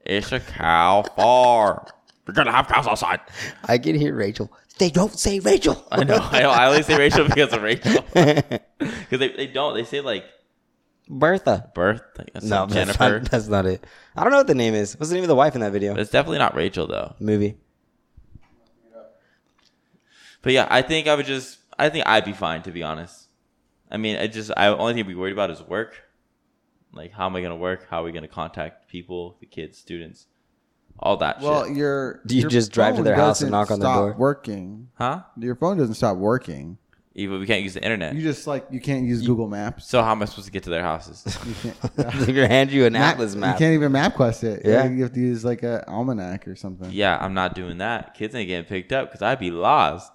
Speaker 1: it's a cow farm. We're gonna have cows outside.
Speaker 3: I can hear Rachel. They don't say Rachel.
Speaker 1: I know. I, I only say Rachel because of Rachel. Because they, they don't. They say like
Speaker 3: Bertha.
Speaker 1: birth. Like, that's
Speaker 3: No,
Speaker 1: not
Speaker 3: that's
Speaker 1: Jennifer.
Speaker 3: not, that's not it. I don't know what the name is. What's the name of the wife in that video?
Speaker 1: It's definitely not Rachel though.
Speaker 3: Movie.
Speaker 1: But yeah, I think I would just. I think I'd be fine to be honest. I mean, I just. I only thing I'd be worried about is work. Like, how am I gonna work? How are we gonna contact people, the kids, students, all that
Speaker 2: well,
Speaker 1: shit?
Speaker 2: your
Speaker 3: Do you
Speaker 2: your
Speaker 3: just drive to
Speaker 2: phone
Speaker 3: their house
Speaker 2: doesn't
Speaker 3: and knock on their
Speaker 2: stop
Speaker 3: door?
Speaker 2: Working.
Speaker 1: Huh?
Speaker 2: Your phone doesn't stop working.
Speaker 1: Even we can't use the internet.
Speaker 2: You just like you can't use Google Maps.
Speaker 1: so how am I supposed to get to their houses?
Speaker 2: You can't,
Speaker 3: They're gonna hand you an atlas
Speaker 2: You
Speaker 3: map.
Speaker 2: can't even MapQuest it.
Speaker 3: Yeah.
Speaker 2: you have to use like an almanac or something.
Speaker 1: yeah, I'm not doing that. Kids ain't getting picked up because I'd be lost.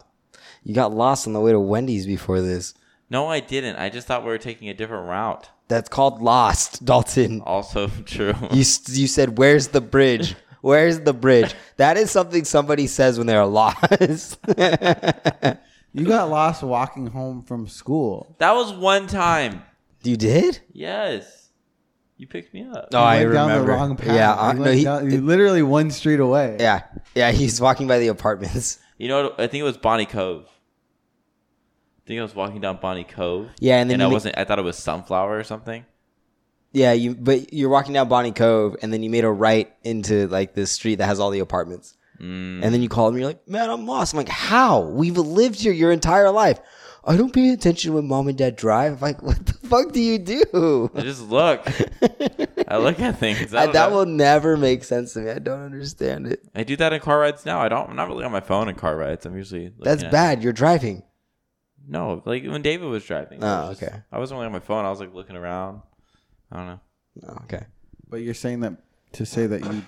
Speaker 3: You got lost on the way to Wendy's before this.
Speaker 1: No, I didn't. I just thought we were taking a different route.
Speaker 3: That's called lost, Dalton.
Speaker 1: Also true.
Speaker 3: You s- you said, "Where's the bridge? Where's the bridge?" That is something somebody says when they're lost.
Speaker 2: You got lost walking home from school.
Speaker 1: That was one time.
Speaker 3: you did?
Speaker 1: Yes. You picked me up.
Speaker 2: You
Speaker 3: Oh, I
Speaker 2: went
Speaker 3: remember.
Speaker 2: down the wrong path.
Speaker 3: Yeah,
Speaker 2: you,
Speaker 3: uh, no,
Speaker 2: went
Speaker 3: he-
Speaker 2: down- you literally one street away.
Speaker 3: yeah, yeah. He's walking by the apartments.
Speaker 1: You know, what? I think it was Bonnie Cove. I think I was walking down Bonnie Cove.
Speaker 3: Yeah, and then
Speaker 1: I
Speaker 3: you ma-
Speaker 1: wasn't. I thought it was sunflower or something.
Speaker 3: Yeah, you. But you're walking down Bonnie Cove, and then you made a right into like this street that has all the apartments. And then you called me. You're like, "Man, I'm lost." I'm like, "How? We've lived here your entire life." I don't pay attention when mom and dad drive. I'm like, what the fuck do you do?
Speaker 1: I just look. I look at things. I,
Speaker 3: I,
Speaker 1: don't
Speaker 3: that
Speaker 1: know.
Speaker 3: will never make sense to me. I don't understand it.
Speaker 1: I do that in car rides now. I don't. I'm not really on my phone in car rides. I'm usually. looking
Speaker 3: That's
Speaker 1: at-
Speaker 3: bad. You're driving.
Speaker 1: No, like when David was driving.
Speaker 3: Oh,
Speaker 1: I was
Speaker 3: okay.
Speaker 1: I wasn't really on my phone. I was like looking around. I don't know.
Speaker 3: Oh, okay.
Speaker 2: But you're saying that to say that you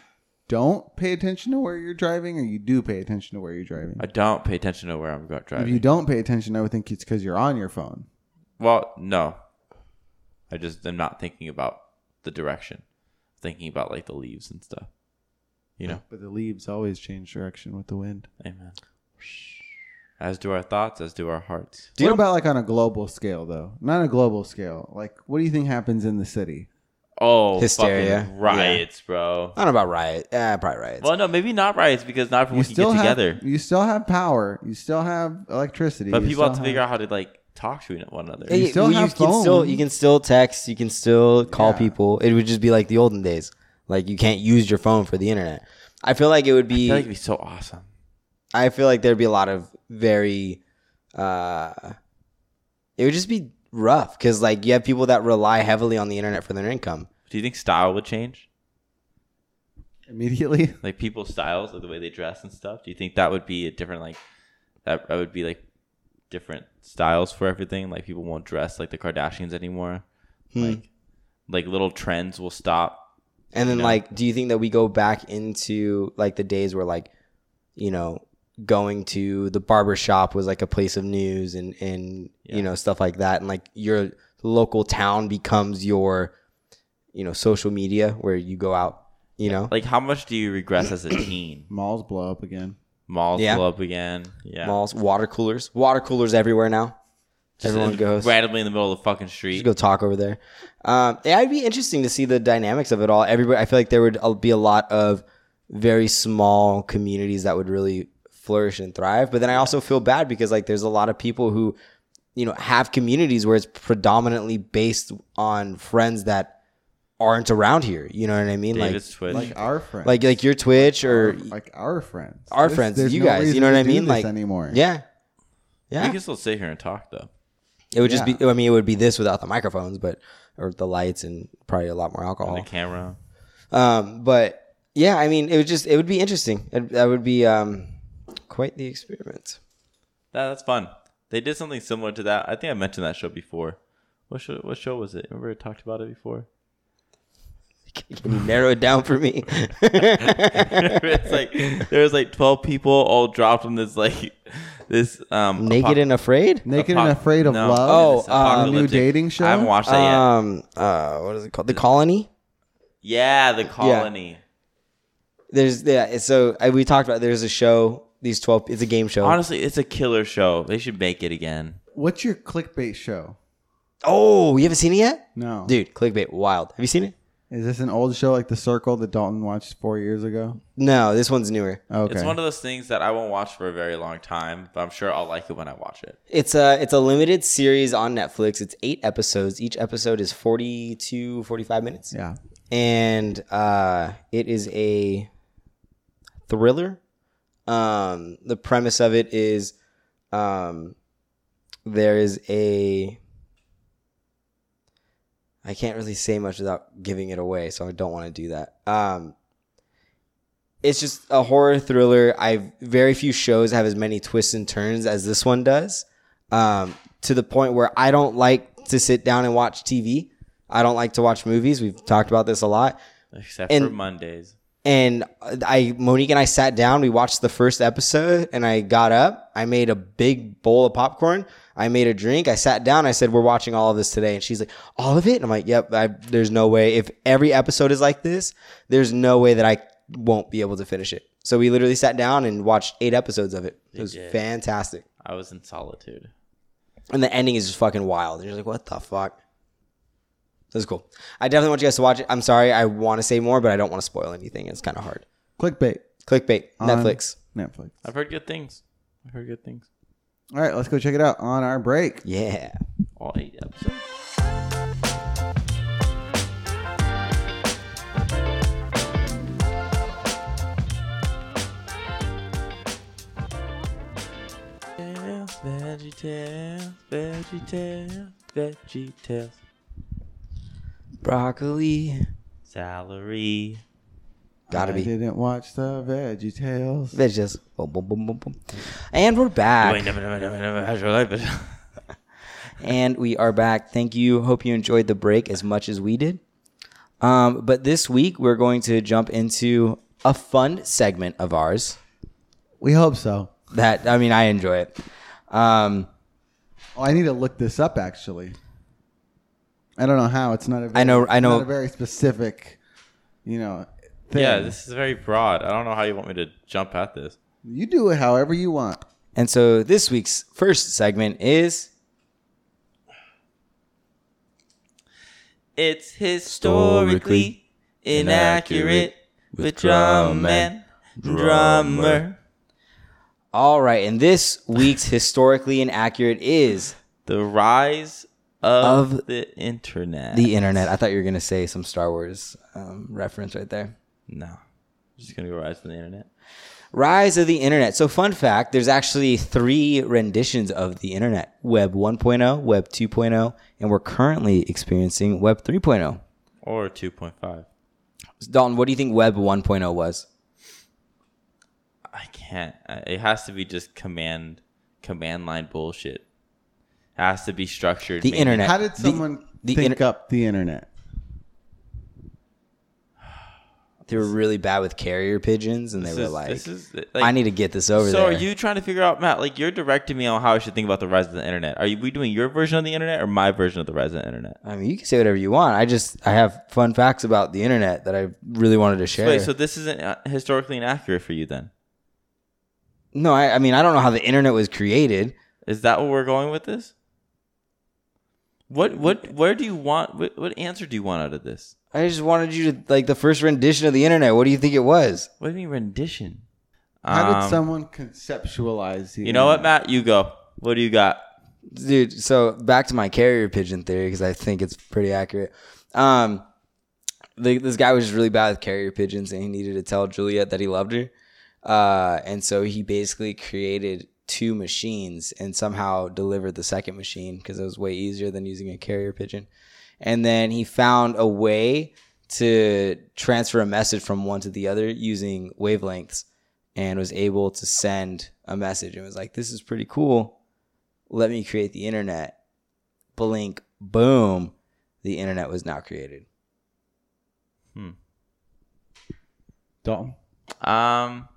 Speaker 2: don't pay attention to where you're driving, or you do pay attention to where you're driving.
Speaker 1: I don't pay attention to where I'm go-
Speaker 2: If
Speaker 1: driving.
Speaker 2: you don't pay attention, I would think it's because you're on your phone.
Speaker 1: Well, no. I just am not thinking about the direction. Thinking about like the leaves and stuff. You know?
Speaker 2: But the leaves always change direction with the wind.
Speaker 1: Amen. As do our thoughts, as do our hearts.
Speaker 3: Do you
Speaker 2: what
Speaker 3: know-
Speaker 2: about like on a global scale though? Not a global scale. Like, what do you think happens in the city?
Speaker 1: Oh,
Speaker 3: Hysteria.
Speaker 1: fucking riots, bro.
Speaker 3: I don't know about riot. Eh, probably riots.
Speaker 1: Well, no, maybe not riots because not everyone
Speaker 2: You
Speaker 1: can
Speaker 2: still
Speaker 1: get
Speaker 2: have
Speaker 1: together.
Speaker 2: you still have power. You still have electricity.
Speaker 1: But
Speaker 2: you
Speaker 1: people have to
Speaker 2: still
Speaker 1: figure out how to like talk to one another.
Speaker 3: Yeah,
Speaker 2: you
Speaker 3: yeah,
Speaker 2: still
Speaker 3: well,
Speaker 2: have
Speaker 3: can still
Speaker 2: phones.
Speaker 3: you can still text. You can still call
Speaker 2: Yeah.
Speaker 3: people. It would just be like the olden days. Like you can't use your phone for the internet. I feel like it would
Speaker 1: I
Speaker 3: be.
Speaker 1: feel like it'd be so awesome.
Speaker 3: I feel like there'd be a lot of very. uh It would just be rough because like you have people that rely heavily on the internet for their income.
Speaker 1: Do you think style would change?
Speaker 2: immediately.
Speaker 1: Like people's styles, like the way they dress and stuff. Do you think that would be a different like that, that would be like different styles for everything? Like people won't dress like the Kardashians anymore.
Speaker 2: Hmm.
Speaker 1: Like like little trends will stop.
Speaker 3: And then, like, do you think that we go back into like the days where, like, you know, going to the barber shop was like a place of news and and
Speaker 1: Yeah.
Speaker 3: you know stuff like that, and like your local town becomes your, you know, social media where you go out, you know,
Speaker 1: Like how much do you regress as a teen?
Speaker 2: Malls blow up again.
Speaker 1: Malls
Speaker 3: Yeah.
Speaker 1: blow up again. Yeah.
Speaker 3: malls, water coolers, water coolers everywhere now.
Speaker 1: Just
Speaker 3: Everyone goes.
Speaker 1: randomly in the middle of the fucking street.
Speaker 3: Just go talk over there. Um, yeah, it'd be interesting to see the dynamics of it all. Everybody, I feel like there would uh, be a lot of very small communities that would really flourish and thrive. But then I also feel bad because like there's a lot of people who, you know, have communities where it's predominantly based on friends that aren't around here. You know what I mean?
Speaker 1: David's Twitch.
Speaker 2: like our friends,
Speaker 3: Like, like like your Twitch or
Speaker 2: like our friends,
Speaker 3: Our
Speaker 2: This-
Speaker 3: friends,
Speaker 2: there's
Speaker 3: you
Speaker 2: no
Speaker 3: guys, you
Speaker 2: reason
Speaker 3: know what
Speaker 2: to
Speaker 3: I
Speaker 2: do
Speaker 3: mean?
Speaker 2: this
Speaker 3: Like-
Speaker 2: anymore,
Speaker 3: yeah,
Speaker 1: we
Speaker 3: yeah.
Speaker 1: can still sit here and talk though.
Speaker 3: It would just
Speaker 2: Yeah.
Speaker 3: be. I mean, it would be this without the microphones, but or the lights and probably a lot more
Speaker 1: On
Speaker 3: alcohol.
Speaker 1: the camera.
Speaker 3: Um, but yeah, I mean, it would just it would be interesting. It, that would be um, quite the experiment.
Speaker 1: That, that's fun. They did something similar to that. I think I mentioned that show before. What show? What show was it? Remember I talked about it before.
Speaker 3: Can you narrow it down for me?
Speaker 1: it's like there was like twelve people all dropped on this like this um
Speaker 3: Naked
Speaker 1: apo-
Speaker 3: and afraid.
Speaker 2: naked
Speaker 1: apo-
Speaker 2: and afraid of
Speaker 1: no,
Speaker 2: love.
Speaker 3: Oh,
Speaker 1: this
Speaker 3: uh, new
Speaker 1: apocalyptic-
Speaker 2: dating show?
Speaker 1: I haven't watched that yet.
Speaker 3: Um, uh, what is it called? The colony.
Speaker 1: Yeah, the colony.
Speaker 3: There's yeah. So I, we talked about there's a show. These twelve. It's a game show.
Speaker 1: Honestly, it's a killer show. They should make it again.
Speaker 2: What's your clickbait show?
Speaker 3: oh, you haven't seen it yet,
Speaker 2: No,
Speaker 3: dude. Clickbait, wild. Have you seen it?
Speaker 2: is this an old show like The Circle that Dalton watched four years ago?
Speaker 3: No, this one's newer.
Speaker 2: Okay,
Speaker 1: It's one of those things that I won't watch for a very long time, but I'm sure I'll like it when I watch it.
Speaker 3: It's a it's a limited series on Netflix. It's eight episodes. Each episode is 42, 45 minutes.
Speaker 2: yeah.
Speaker 3: and uh, it is a thriller. Um, the premise of it is um, there is a. I can't really say much without giving it away, so I don't want to do that. Um, it's just a horror thriller. I very few shows have as many twists and turns as this one does. Um, to the point where I don't like to sit down and watch TV. I don't like to watch movies. We've talked about this a lot.
Speaker 1: Except for
Speaker 3: And-
Speaker 1: Mondays.
Speaker 3: And I, Monique and I sat down. We watched the first episode, and I got up. I made a big bowl of popcorn. I made a drink. I sat down. I said, "We're watching all of this today." And she's like, "All of it?" And I'm like, "Yep." I, there's no way. If every episode is like this, there's no way that I won't be able to finish it. So we literally sat down and watched eight episodes of it. It was
Speaker 1: did.
Speaker 3: fantastic.
Speaker 1: I was in solitude.
Speaker 3: And the ending is just fucking wild. You're like, what the fuck? This is cool. I definitely want you guys to watch it. I'm sorry, I want to say more, but I don't want to spoil anything. It's kind of hard.
Speaker 2: Clickbait,
Speaker 3: Clickbait,
Speaker 2: On-
Speaker 3: Netflix.
Speaker 2: Netflix.
Speaker 1: I've heard good things. I've heard good things.
Speaker 2: All right, let's go check it out on our break.
Speaker 3: Yeah.
Speaker 1: All eight episodes. Tales, Veggie tales, veggie tales, veggie tales.
Speaker 3: Broccoli.
Speaker 1: Salary.
Speaker 3: Gotta
Speaker 2: I
Speaker 3: be.
Speaker 2: didn't watch the Veggie Tales.
Speaker 3: Veggies. Boom, boom, boom, boom, boom. And we're back.
Speaker 1: Wait, never, never, never, never has your life been-
Speaker 3: And we are back. Thank you. Hope you enjoyed the break as much as we did. Um, but this week, we're going to jump into a fun segment of ours
Speaker 2: We hope so.
Speaker 3: that, I mean, I enjoy it. Um,
Speaker 2: Oh, I need to look this up actually. I don't know how. It's not a very,
Speaker 3: I know- I
Speaker 2: it's
Speaker 3: know-
Speaker 2: not a very specific, you know. Thing.
Speaker 1: yeah, this is very broad. I don't know how you want me to jump at this.
Speaker 2: you do it however you want.
Speaker 3: And so this week's first segment is
Speaker 1: It's historically inaccurate with drum and drummer.
Speaker 3: all right. And this week's historically inaccurate is
Speaker 1: The rise of,
Speaker 3: Of
Speaker 1: the internet.
Speaker 3: the internet. I thought you were gonna say some Star Wars um, reference right there.
Speaker 1: no, I'm just gonna go rise of the internet.
Speaker 3: Rise of the internet. So fun fact: there's actually three renditions of the internet: Web 1.0, Web 2.0, and we're currently experiencing Web 3.0.
Speaker 1: Or 2.5.
Speaker 3: Dalton, what do you think Web 1.0 was?
Speaker 1: I can't. I- It has to be just command command line bullshit. It has to be structured.
Speaker 3: The
Speaker 1: maybe.
Speaker 3: internet.
Speaker 2: How did
Speaker 3: Eh, The-
Speaker 2: someone
Speaker 3: the
Speaker 2: think
Speaker 3: inter-
Speaker 2: up the internet?
Speaker 3: They were really bad with carrier pigeons, and they
Speaker 1: This
Speaker 3: were
Speaker 1: is,
Speaker 3: like,
Speaker 1: this is, like,
Speaker 3: "I need to get this over
Speaker 1: so
Speaker 3: there."
Speaker 1: are you trying to figure out, Matt? Like you're directing me on how I should think about the rise of the internet. Are you we doing your version of the internet or my version of the rise of the internet?
Speaker 3: I mean, you can say whatever you want. I just I have fun facts about the internet that I really wanted to share.
Speaker 1: Wait, so this isn't uh, historically inaccurate for you then?
Speaker 3: no, I, I mean I don't know how the internet was created.
Speaker 1: Is that what we're going with this? What what where do you want? What, what answer do you want out of this?
Speaker 3: I just wanted you to like the first rendition of the internet. What do you think it was?
Speaker 1: What do you mean rendition?
Speaker 2: How did
Speaker 1: Um,
Speaker 2: someone conceptualize the
Speaker 1: You know what, Matt? You go. What do you got?
Speaker 3: dude so back to my carrier pigeon theory because i think it's pretty accurate um the, this guy was just really bad with carrier pigeons and he needed to tell juliet that he loved her uh and so he basically created two machines and somehow delivered the second machine because it was way easier than using a carrier pigeon and then he found a way to transfer a message from one to the other using wavelengths and was able to send a message and was like this is pretty cool let me create the internet. Blink, boom, the internet was now created.
Speaker 2: Dalton?
Speaker 1: Um,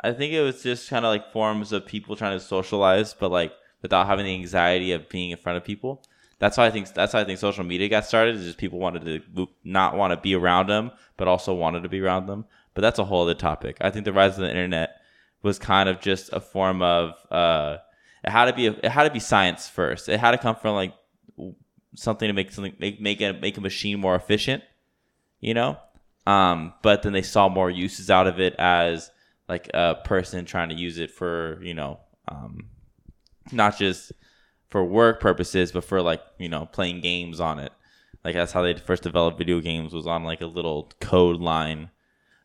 Speaker 1: I think it was just kind of like forms of people trying to socialize, but like without having the anxiety of being in front of people. That's why I think that's why I think social media got started. Is just people wanted to mo- not want to be around them, but also wanted to be around them. But that's a whole other topic. I think the rise of the internet was kind of just a form of uh, it had to be it had to be science first. It had to come from like w- something to make something make make a make a machine more efficient you know um but then they saw more uses out of it as like a person trying to use it for you know um not just for work purposes but for like you know playing games on it like that's how they first developed video games was on like a little code line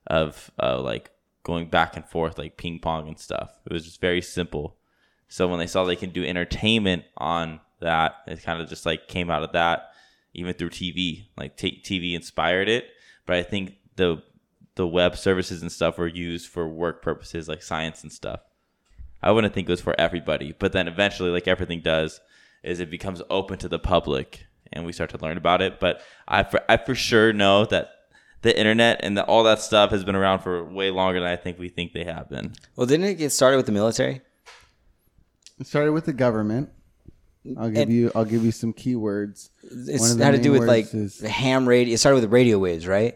Speaker 1: of uh like going back and forth like ping pong and stuff it was just very simple so when they saw they can do entertainment on that it kind of just like came out of that even through TV. Like t- TV inspired it, but I think the the web services and stuff were used for work purposes, like science and stuff. I wouldn't think it was for everybody, but then eventually, like everything does, is it becomes open to the public, and we start to learn about it. But I for, I for sure know that the internet and the, all that stuff has been around for way longer than I think we think they have been.
Speaker 3: Well, didn't it get started with the military?
Speaker 2: It started with the government. I'll give
Speaker 3: And-
Speaker 2: you. I'll give you some keywords. One
Speaker 3: It's
Speaker 2: of the
Speaker 3: had to
Speaker 2: main
Speaker 3: do with
Speaker 2: words
Speaker 3: like
Speaker 2: is-
Speaker 3: the ham radio. It started with radio waves, right?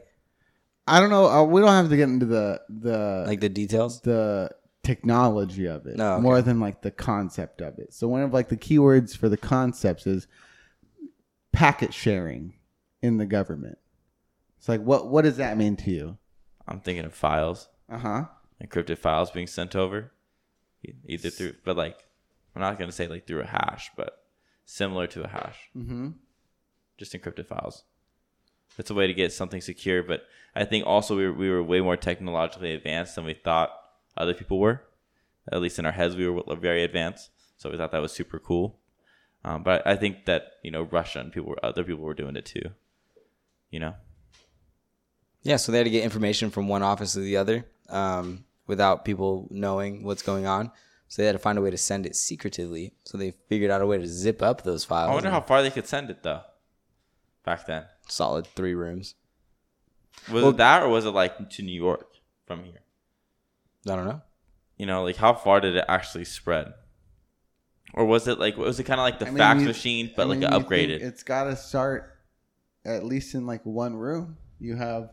Speaker 2: I don't know. Uh, we don't have to get into the the
Speaker 3: Like the details.
Speaker 2: the technology of it
Speaker 3: Oh, okay.
Speaker 2: more than like the concept of it. So one of like the keywords for the concepts is packet sharing in the government. It's like what what does that mean to you?
Speaker 1: I'm thinking of files,
Speaker 2: Uh huh.
Speaker 1: encrypted files being sent over, e- either through, but like, I'm not gonna say like through a hash, but similar to a hash.
Speaker 2: Mm-hmm.
Speaker 1: just encrypted files. It's a way to get something secure, but I think also we were, we were way more technologically advanced than we thought other people were. At least in our heads, we were very advanced, so we thought that was super cool. Um, but I think that you know Russia and people were other people were doing it too. You know,
Speaker 3: Yeah, so they had to get information from one office to the other um, without people knowing what's going on. So they had to find a way to send it secretively. So they figured out a way to zip up those files.
Speaker 1: I wonder
Speaker 3: in
Speaker 1: how far they could send it though. Back then,
Speaker 3: solid three rooms.
Speaker 1: was
Speaker 3: Well-
Speaker 1: it that or was it like to New York from here?
Speaker 3: I don't know.
Speaker 1: You know, like how far did it actually spread? Or was it like was it kind of like the
Speaker 2: I mean,
Speaker 1: fax
Speaker 2: you-
Speaker 1: machine, but
Speaker 2: I mean,
Speaker 1: like
Speaker 2: you think
Speaker 1: upgraded?
Speaker 2: It's got to start at least in like one room. You have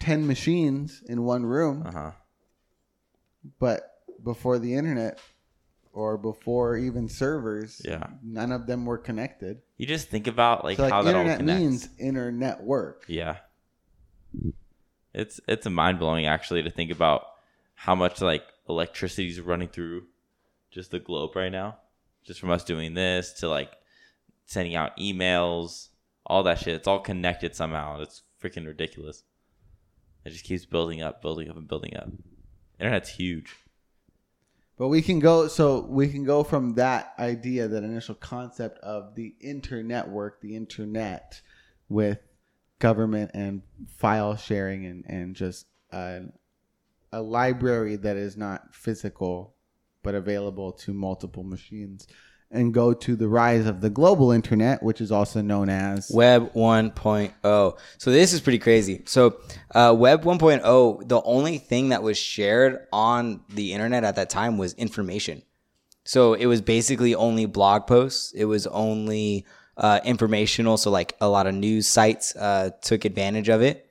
Speaker 2: 10 machines in one room,
Speaker 1: Uh huh.
Speaker 2: but before the internet or before even servers,
Speaker 1: Yeah.
Speaker 2: none of them were connected.
Speaker 1: You just think about like
Speaker 2: so like
Speaker 1: how that all
Speaker 2: internet
Speaker 1: connects.
Speaker 2: means inner network.
Speaker 1: yeah. It's it's a mind blowing actually to think about how much like electricity is running through just the globe right now, just from us doing this to like sending out emails, all that shit. It's all connected somehow. It's freaking ridiculous. It just keeps building up, building up, and building up. Internet's huge.
Speaker 2: But we can go so we can go from that idea, that initial concept of the internetwork, the internet with government and file sharing and, and just an a library that is not physical but available to multiple machines and go to the rise of the global internet, which is also known as
Speaker 3: Web 1.0. So this is pretty crazy. So uh, Web 1.0, the only thing that was shared on the internet at that time was information. So it was basically only blog posts. It was only uh, informational. So like a lot of news sites uh, took advantage of it.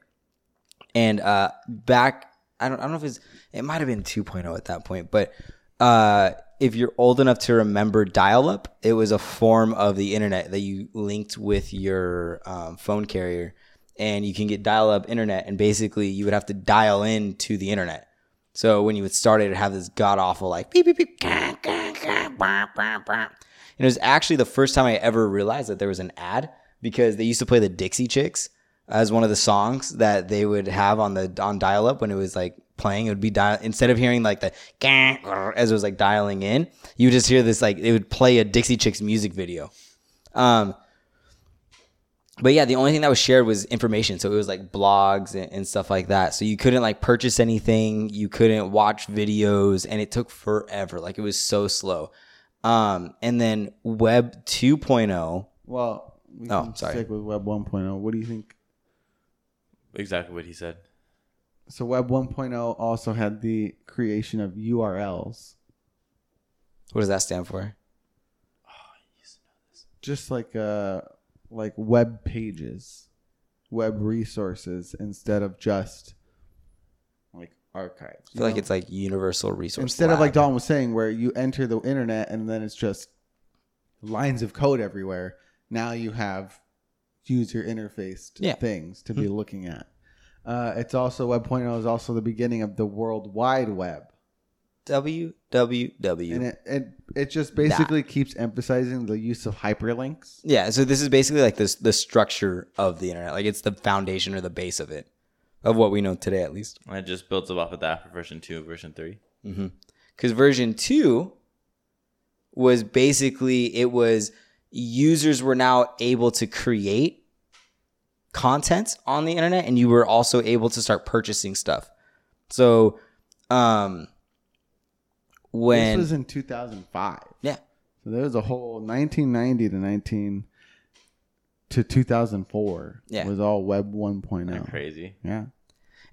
Speaker 3: And oh uh, back, I don't, I don't know if it's, it might have been 2.0 at that point, but uh, if you're old enough to remember dial up, it was a form of the internet that you linked with your um, phone carrier, and you can get dial up internet. And basically, you would have to dial in to the internet. So when you would start it, it'd have this god awful like beep beep beep, gah, gah, gah, bah, bah, bah. and it was actually the first time I ever realized that there was an ad because they used to play the Dixie Chicks as one of the songs that they would have on the on dial up when it was like playing. It would be dial instead of hearing like the gah, grr, as it was like dialing in, you would just hear this like it would play a Dixie Chicks music video. Um, but yeah, the only thing that was shared was information. So it was like blogs and, and stuff like that. So you couldn't like purchase anything, you couldn't watch videos, and it took forever. Like it was so slow. Um, and then Web oh, 2.0.
Speaker 2: Well, we
Speaker 3: Oh,
Speaker 2: can
Speaker 3: sorry.
Speaker 2: stick with Web 1.0. What do you think?
Speaker 1: Exactly what he said.
Speaker 2: So Web 1.0 also had the creation of URLs,
Speaker 3: What does that stand for?
Speaker 2: just like uh, like web pages, web resources instead of just like archives.
Speaker 3: I
Speaker 2: you
Speaker 3: feel like
Speaker 2: know?
Speaker 3: it's like universal resource.
Speaker 2: instead of
Speaker 3: lab.
Speaker 2: like Don was saying, where you enter the internet and then it's just lines of code everywhere. Now you have user interfaced
Speaker 3: Yeah. Hmm.
Speaker 2: things to be looking at. Uh, it's also Web 1.0 is also the beginning of the World Wide Web,
Speaker 3: www.
Speaker 2: and it, it it just basically keeps emphasizing the use of hyperlinks.
Speaker 3: Yeah, so this is basically like this the structure of the internet. Like it's the foundation or the base of it, of what we know today at least.
Speaker 1: And it just builds up off of that for version two, and version three.
Speaker 3: Because Mm-hmm. version two was basically it was users were now able to create content on the internet, and you were also able to start purchasing stuff. So, um,
Speaker 2: this
Speaker 3: when
Speaker 2: was in 2005,
Speaker 3: yeah,
Speaker 2: so there was a whole 1990 to 19 to 2004
Speaker 3: Yeah.
Speaker 2: was all Web
Speaker 1: Isn't that
Speaker 2: 1.0.
Speaker 1: crazy.
Speaker 2: Yeah.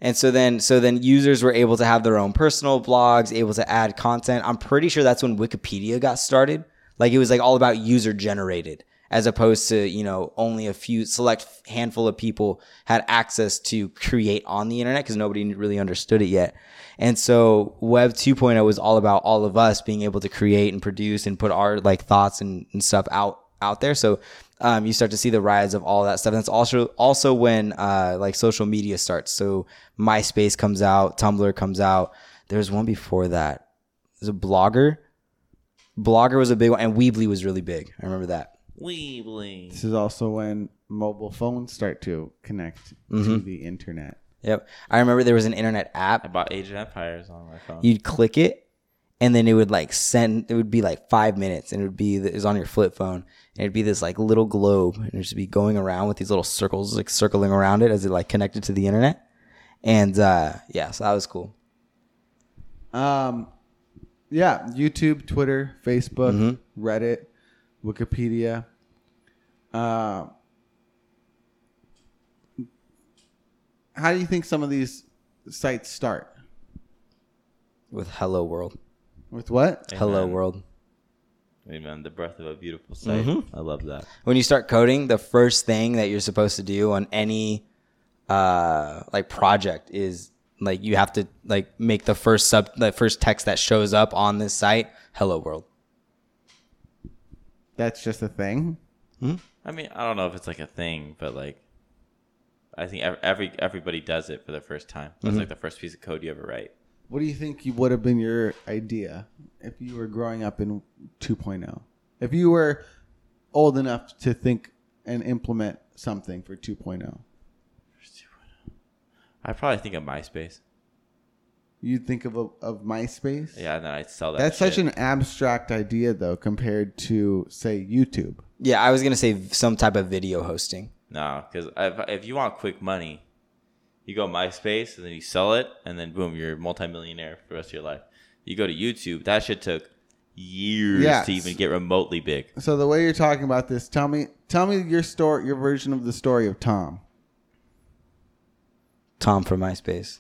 Speaker 3: And so then so then users were able to have their own personal blogs, able to add content. I'm pretty sure that's when Wikipedia got started. Like it was like all about user generated as opposed to, you know, only a few select handful of people had access to create on the internet cuz nobody really understood it yet. And so web 2.0 was all about all of us being able to create and produce and put our like thoughts and, and stuff out out there. So um, you start to see the rise of all that stuff. And it's also also when uh, like social media starts. So MySpace comes out, Tumblr comes out. There's one before that. There's a blogger. Blogger was a big one, and Weebly was really big. I remember that.
Speaker 1: Weebly.
Speaker 2: This is also when mobile phones start to connect to the internet.
Speaker 3: Yep, I remember there was an internet
Speaker 1: I
Speaker 3: app.
Speaker 1: bought Age of Empires on my phone.
Speaker 3: You'd click it, and then it would like send. It would be like five minutes, and it would be it was on your flip phone, and it'd be this like little globe, and it'd just be going around with these little circles, like circling around it as it like connected to the internet. And uh, yeah, so that was cool.
Speaker 2: Um, yeah, YouTube, Twitter, Facebook, Reddit, Wikipedia. Uh, how do you think some of these sites start?
Speaker 3: with Hello World.
Speaker 2: With what?
Speaker 3: Hello
Speaker 1: Amen.
Speaker 3: World.
Speaker 1: Amen. The breath of a beautiful sight. I love that.
Speaker 3: When you start coding, the first thing that you're supposed to do on any uh like project is like you have to like make the first sub the first text that shows up on this site Hello World.
Speaker 2: That's just a thing.
Speaker 1: I mean, I don't know if it's like a thing, but like, I think ev- every everybody does it for the first time. That's like the first piece of code you ever write.
Speaker 2: What do you think you would have been your idea if you were growing up in 2.0? If you were old enough to think and implement something for oh? 2.0,
Speaker 1: I probably think of MySpace.
Speaker 2: you'd think of a, of MySpace?
Speaker 1: Yeah, and then I'd sell that.
Speaker 2: That's such
Speaker 1: shit.
Speaker 2: an abstract idea though compared to say YouTube.
Speaker 3: Yeah, I was going to say v- some type of video hosting.
Speaker 1: no, because if, if you want quick money, you go MySpace and then you sell it, and then boom, you're a multimillionaire for the rest of your life. You go to YouTube. That shit took years
Speaker 2: Yes.
Speaker 1: to even get remotely big.
Speaker 2: So the way you're talking about this, tell me tell me your story, your version of the story of Tom.
Speaker 3: Tom from MySpace.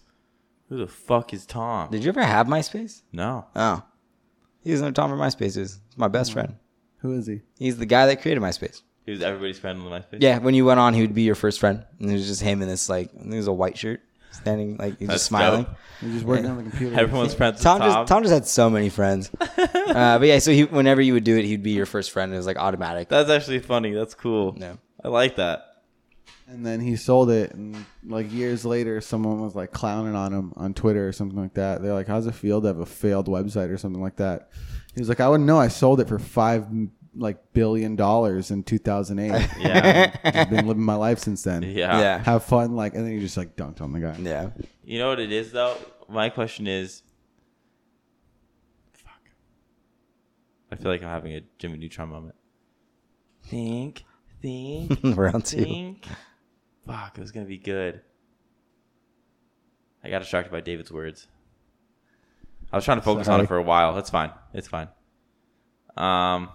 Speaker 1: Who the fuck is Tom?
Speaker 3: Did you ever have MySpace?
Speaker 1: no,
Speaker 3: Oh. He doesn't know Tom from MySpace is. He's my
Speaker 1: Mm.
Speaker 3: best friend.
Speaker 2: Who is he?
Speaker 3: He's the guy that created MySpace.
Speaker 1: he was everybody's friend on MySpace.
Speaker 3: Yeah, when you went on, he would be your first friend. And it was just him in this like, I think it was a white shirt. standing like he's
Speaker 1: That's
Speaker 3: just smiling.
Speaker 1: dope.
Speaker 2: You're just working on the computer.
Speaker 1: Everyone's friends with
Speaker 3: Tom
Speaker 1: Tom.
Speaker 3: just Tom just had so many friends. uh, but yeah, so he whenever you would do it, he'd be your first friend. It was like automatic.
Speaker 1: That's actually funny. That's cool.
Speaker 3: No.
Speaker 1: I like that.
Speaker 2: And then he sold it, and like years later, someone was like clowning on him on Twitter or something like that. They're like, "How's it feel to have a failed website or something like that?" He was like, "I wouldn't know. I sold it for five m- like billion dollars in 2008.
Speaker 1: Yeah.
Speaker 2: I've been living my life since then.
Speaker 1: yeah.
Speaker 3: Yeah.
Speaker 2: Have fun, like." And then he just like dunked on the guy.
Speaker 3: Yeah.
Speaker 1: You know what it is though? My question is Fuck. I feel like I'm having a Jimmy Neutron moment. Think, think,
Speaker 3: Round two.
Speaker 1: think. Fuck, it was gonna be good. I got distracted by David's words. I was trying to focus on
Speaker 2: Sorry.
Speaker 1: it for a while. That's fine. It's fine. Um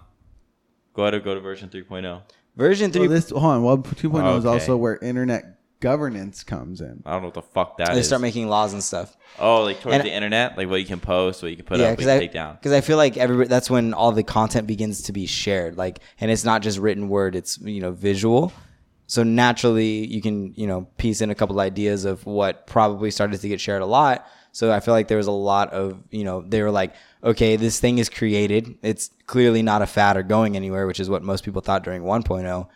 Speaker 1: go ahead and go to version oh. 3.0.
Speaker 3: Version
Speaker 2: So
Speaker 3: three.
Speaker 2: this hold on. Well, 2.0 is
Speaker 1: Okay.
Speaker 2: also where internet governance comes in.
Speaker 1: I don't know what the fuck that is.
Speaker 3: they start making laws and stuff.
Speaker 1: oh, like towards
Speaker 3: and-
Speaker 1: the internet, like what you can post, what you can put
Speaker 3: yeah,
Speaker 1: up, what
Speaker 3: because
Speaker 1: you can
Speaker 3: I
Speaker 1: take down.
Speaker 3: because I feel like everybody. That's when all the content begins to be shared. Like, and it's not just written word. It's you know visual. So naturally, you can you know piece in a couple ideas of what probably started to get shared a lot. So I feel like there was a lot of you know they were like, okay, this thing is created. It's clearly not a fad or going anywhere, which is what most people thought during 1.0.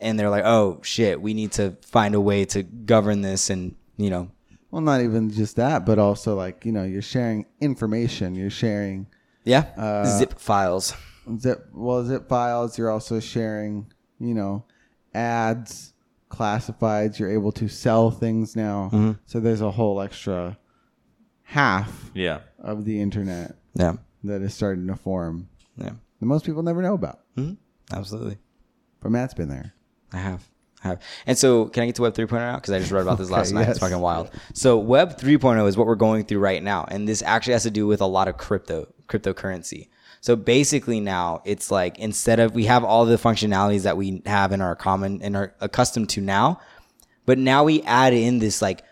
Speaker 3: And they're like, oh shit, we need to find a way to govern this and you know
Speaker 2: Well, not even just that, but also like you know, you're sharing information. You're sharing
Speaker 3: yeah zip files.
Speaker 2: zip well zip files you're also sharing you know ads classifieds you're able to sell things now so there's a whole extra half
Speaker 1: Yeah.
Speaker 2: of the internet
Speaker 3: Yeah,
Speaker 2: that is starting to form
Speaker 3: yeah,
Speaker 2: that most people never know about
Speaker 3: absolutely.
Speaker 2: but matt's been there
Speaker 3: I have. I have. And so, can I get to Web 3.0 now? Because I just read about this last
Speaker 2: Okay,
Speaker 3: night.
Speaker 2: yes.
Speaker 3: It's fucking wild. So, Web 3.0 is what we're going through right now. And this actually has to do with a lot of crypto, cryptocurrency. So, basically, now it's like instead of we have all the functionalities that we have in our common and are accustomed to now, but now we add in this like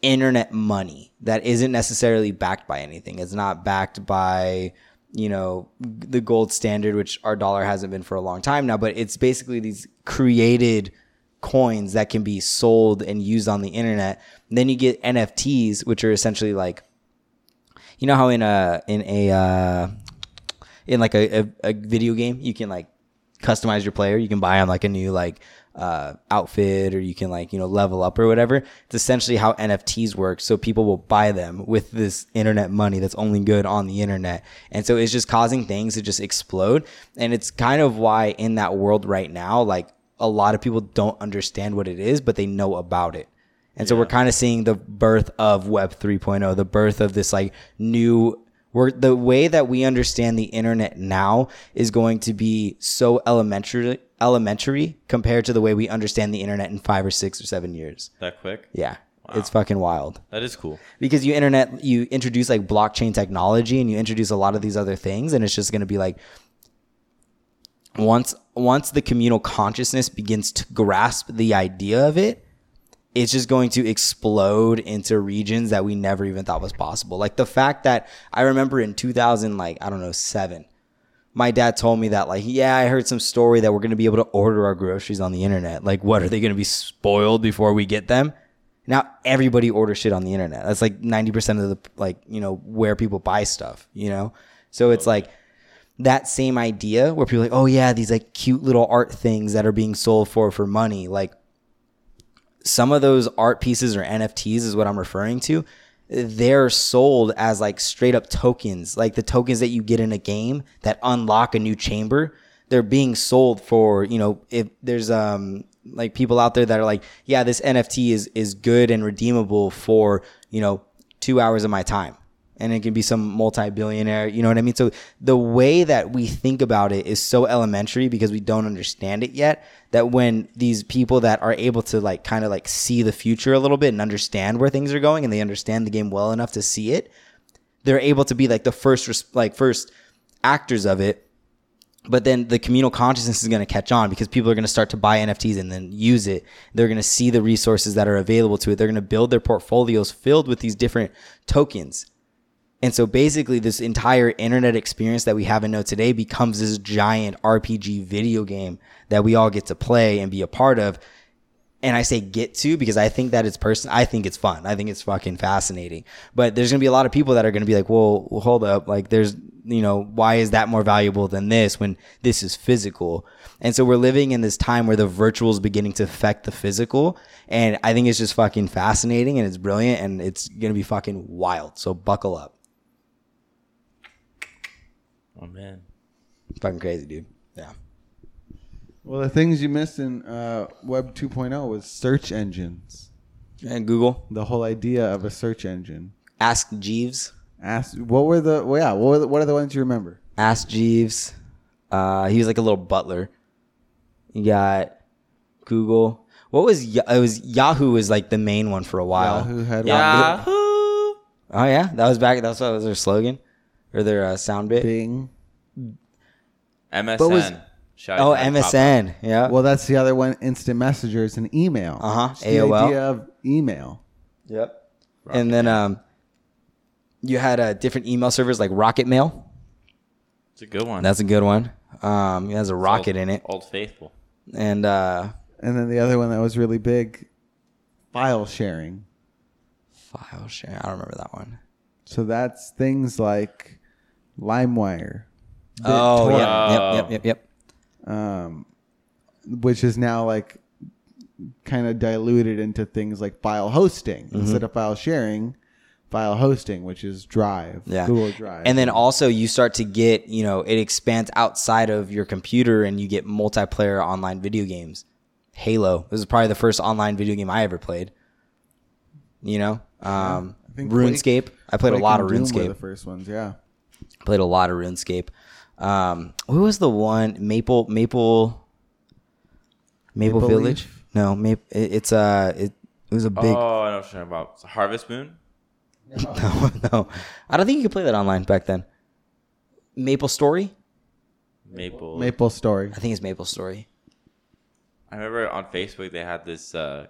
Speaker 3: internet money that isn't necessarily backed by anything. It's not backed by, you know, the gold standard, which our dollar hasn't been for a long time now, but it's basically these created coins that can be sold and used on the internet. And then you get NFTs, which are essentially like, you know how in a, in a, uh, in like a, a, a video game, you can like customize your player. You can buy him like a new like uh, outfit, or you can like you know level up or whatever. It's essentially how NFTs work. So people will buy them with this internet money that's only good on the internet, and so it's just causing things to just explode. And it's kind of why in that world right now, like a lot of people don't understand what it is, but they know about it. And so we're kind of seeing the birth of Web 3.0, the birth of this like new we're the way that we understand the internet now is going to be so elementary elementary compared to the way we understand the internet in five or six or seven years.
Speaker 1: That quick?
Speaker 3: Yeah. It's fucking wild
Speaker 1: That is cool.
Speaker 3: because you internet you introduce like blockchain technology and you introduce a lot of these other things and it's just going to be like once once the communal consciousness begins to grasp the idea of it it's just going to explode into regions that we never even thought was possible like the fact that i remember in 2000 like i don't know 7 my dad told me that like yeah i heard some story that we're going to be able to order our groceries on the internet like what are they going to be spoiled before we get them now everybody orders shit on the internet that's like 90% of the like you know where people buy stuff you know so it's like that same idea where people are like oh yeah these like cute little art things that are being sold for for money like some of those art pieces or NFTs is what I'm referring to. They're sold as like straight up tokens, like the tokens that you get in a game that unlock a new chamber. They're being sold for, you know, if there's um like people out there that are like, yeah, this NFT is is good and redeemable for, you know, 2 hours of my time. And it can be some multi-billionaire, you know what I mean? So the way that we think about it is so elementary because we don't understand it yet that when these people that are able to like kind of like see the future a little bit and understand where things are going and they understand the game well enough to see it they're able to be like the first res- like first actors of it but then the communal consciousness is going to catch on because people are going to start to buy NFTs and then use it. They're going to see the resources that are available to it. They're going to build their portfolios filled with these different tokens. And so basically, this entire internet experience that we have and know today becomes this giant RPG video game that we all get to play and be a part of. and I say get to because I think that it's person. I think it's fun. I think it's fucking fascinating. But there's gonna be a lot of people that are gonna be like, well, well, hold up, like there's you know why is that more valuable than this when this is physical? And so we're living in this time where the virtual is beginning to affect the physical, and I think it's just fucking fascinating and it's brilliant and it's gonna be fucking wild. So buckle up,
Speaker 1: Oh man.
Speaker 3: fucking crazy, dude. Yeah.
Speaker 2: Well, the things you missed in uh, Web 2.0 was search engines.
Speaker 3: And Google,
Speaker 2: The whole idea of a search engine.
Speaker 3: ask Jeeves.
Speaker 2: Ask what were the well, yeah what were the, what are the ones you remember?
Speaker 3: Ask Jeeves. Uh, he was like a little butler. You got Google. What was Ya- it? Was Yahoo was like the main one for a while.
Speaker 2: Yahoo had
Speaker 1: Yahoo.
Speaker 3: Oh yeah, that was back. That's what was their slogan or their uh, sound bit.
Speaker 2: Bing.
Speaker 1: MSN.
Speaker 3: was-
Speaker 1: Shout
Speaker 3: Oh,
Speaker 1: out to that pop-
Speaker 3: MSN. Yeah.
Speaker 2: Well, that's the other one. Instant messenger is an email.
Speaker 3: Uh, Uh-huh,
Speaker 2: It's The
Speaker 3: AOL.
Speaker 2: idea of email.
Speaker 3: Yep. And then um, you had uh, different email servers like Rocket Mail.
Speaker 1: It's a good one.
Speaker 3: That's a good one. Um, it has a rocket
Speaker 1: Old-
Speaker 3: in it,
Speaker 1: Old Faithful.
Speaker 3: and uh,
Speaker 2: And then the other one that was really big, file sharing.
Speaker 3: file share. I don't remember that one.
Speaker 2: So that's things like LimeWire,
Speaker 3: Oh
Speaker 1: BitTorrent.
Speaker 3: yeah. Yep. Yep. Yep. Yep.
Speaker 2: um, which is now like kind of diluted into things like file hosting
Speaker 3: Mm-hmm.
Speaker 2: instead of file sharing, file hosting, which is Drive,
Speaker 3: Yeah.
Speaker 2: Google Drive,
Speaker 3: And then also you start to get, you know, it expands outside of your computer and you get multiplayer online video games. Halo. This is probably the first online video game I ever played. You know? Um
Speaker 2: I think
Speaker 3: RuneScape. I played a
Speaker 2: Quake
Speaker 3: lot of
Speaker 2: and Doom were the
Speaker 3: RuneScape.
Speaker 2: first ones, yeah.
Speaker 3: Played a lot of RuneScape. Um who was the one Maple Maple Maple,
Speaker 2: Maple
Speaker 3: Village?
Speaker 2: Leaf?
Speaker 3: No, Maple it's uh it, it was a big
Speaker 1: Oh, I know what you're talking about. Harvest Moon.
Speaker 3: no, no. I don't think you could play that online back then. Maple Story?
Speaker 1: Maple.
Speaker 2: Maple Story.
Speaker 3: I think it's Maple Story.
Speaker 1: I remember on Facebook they had this. Uh,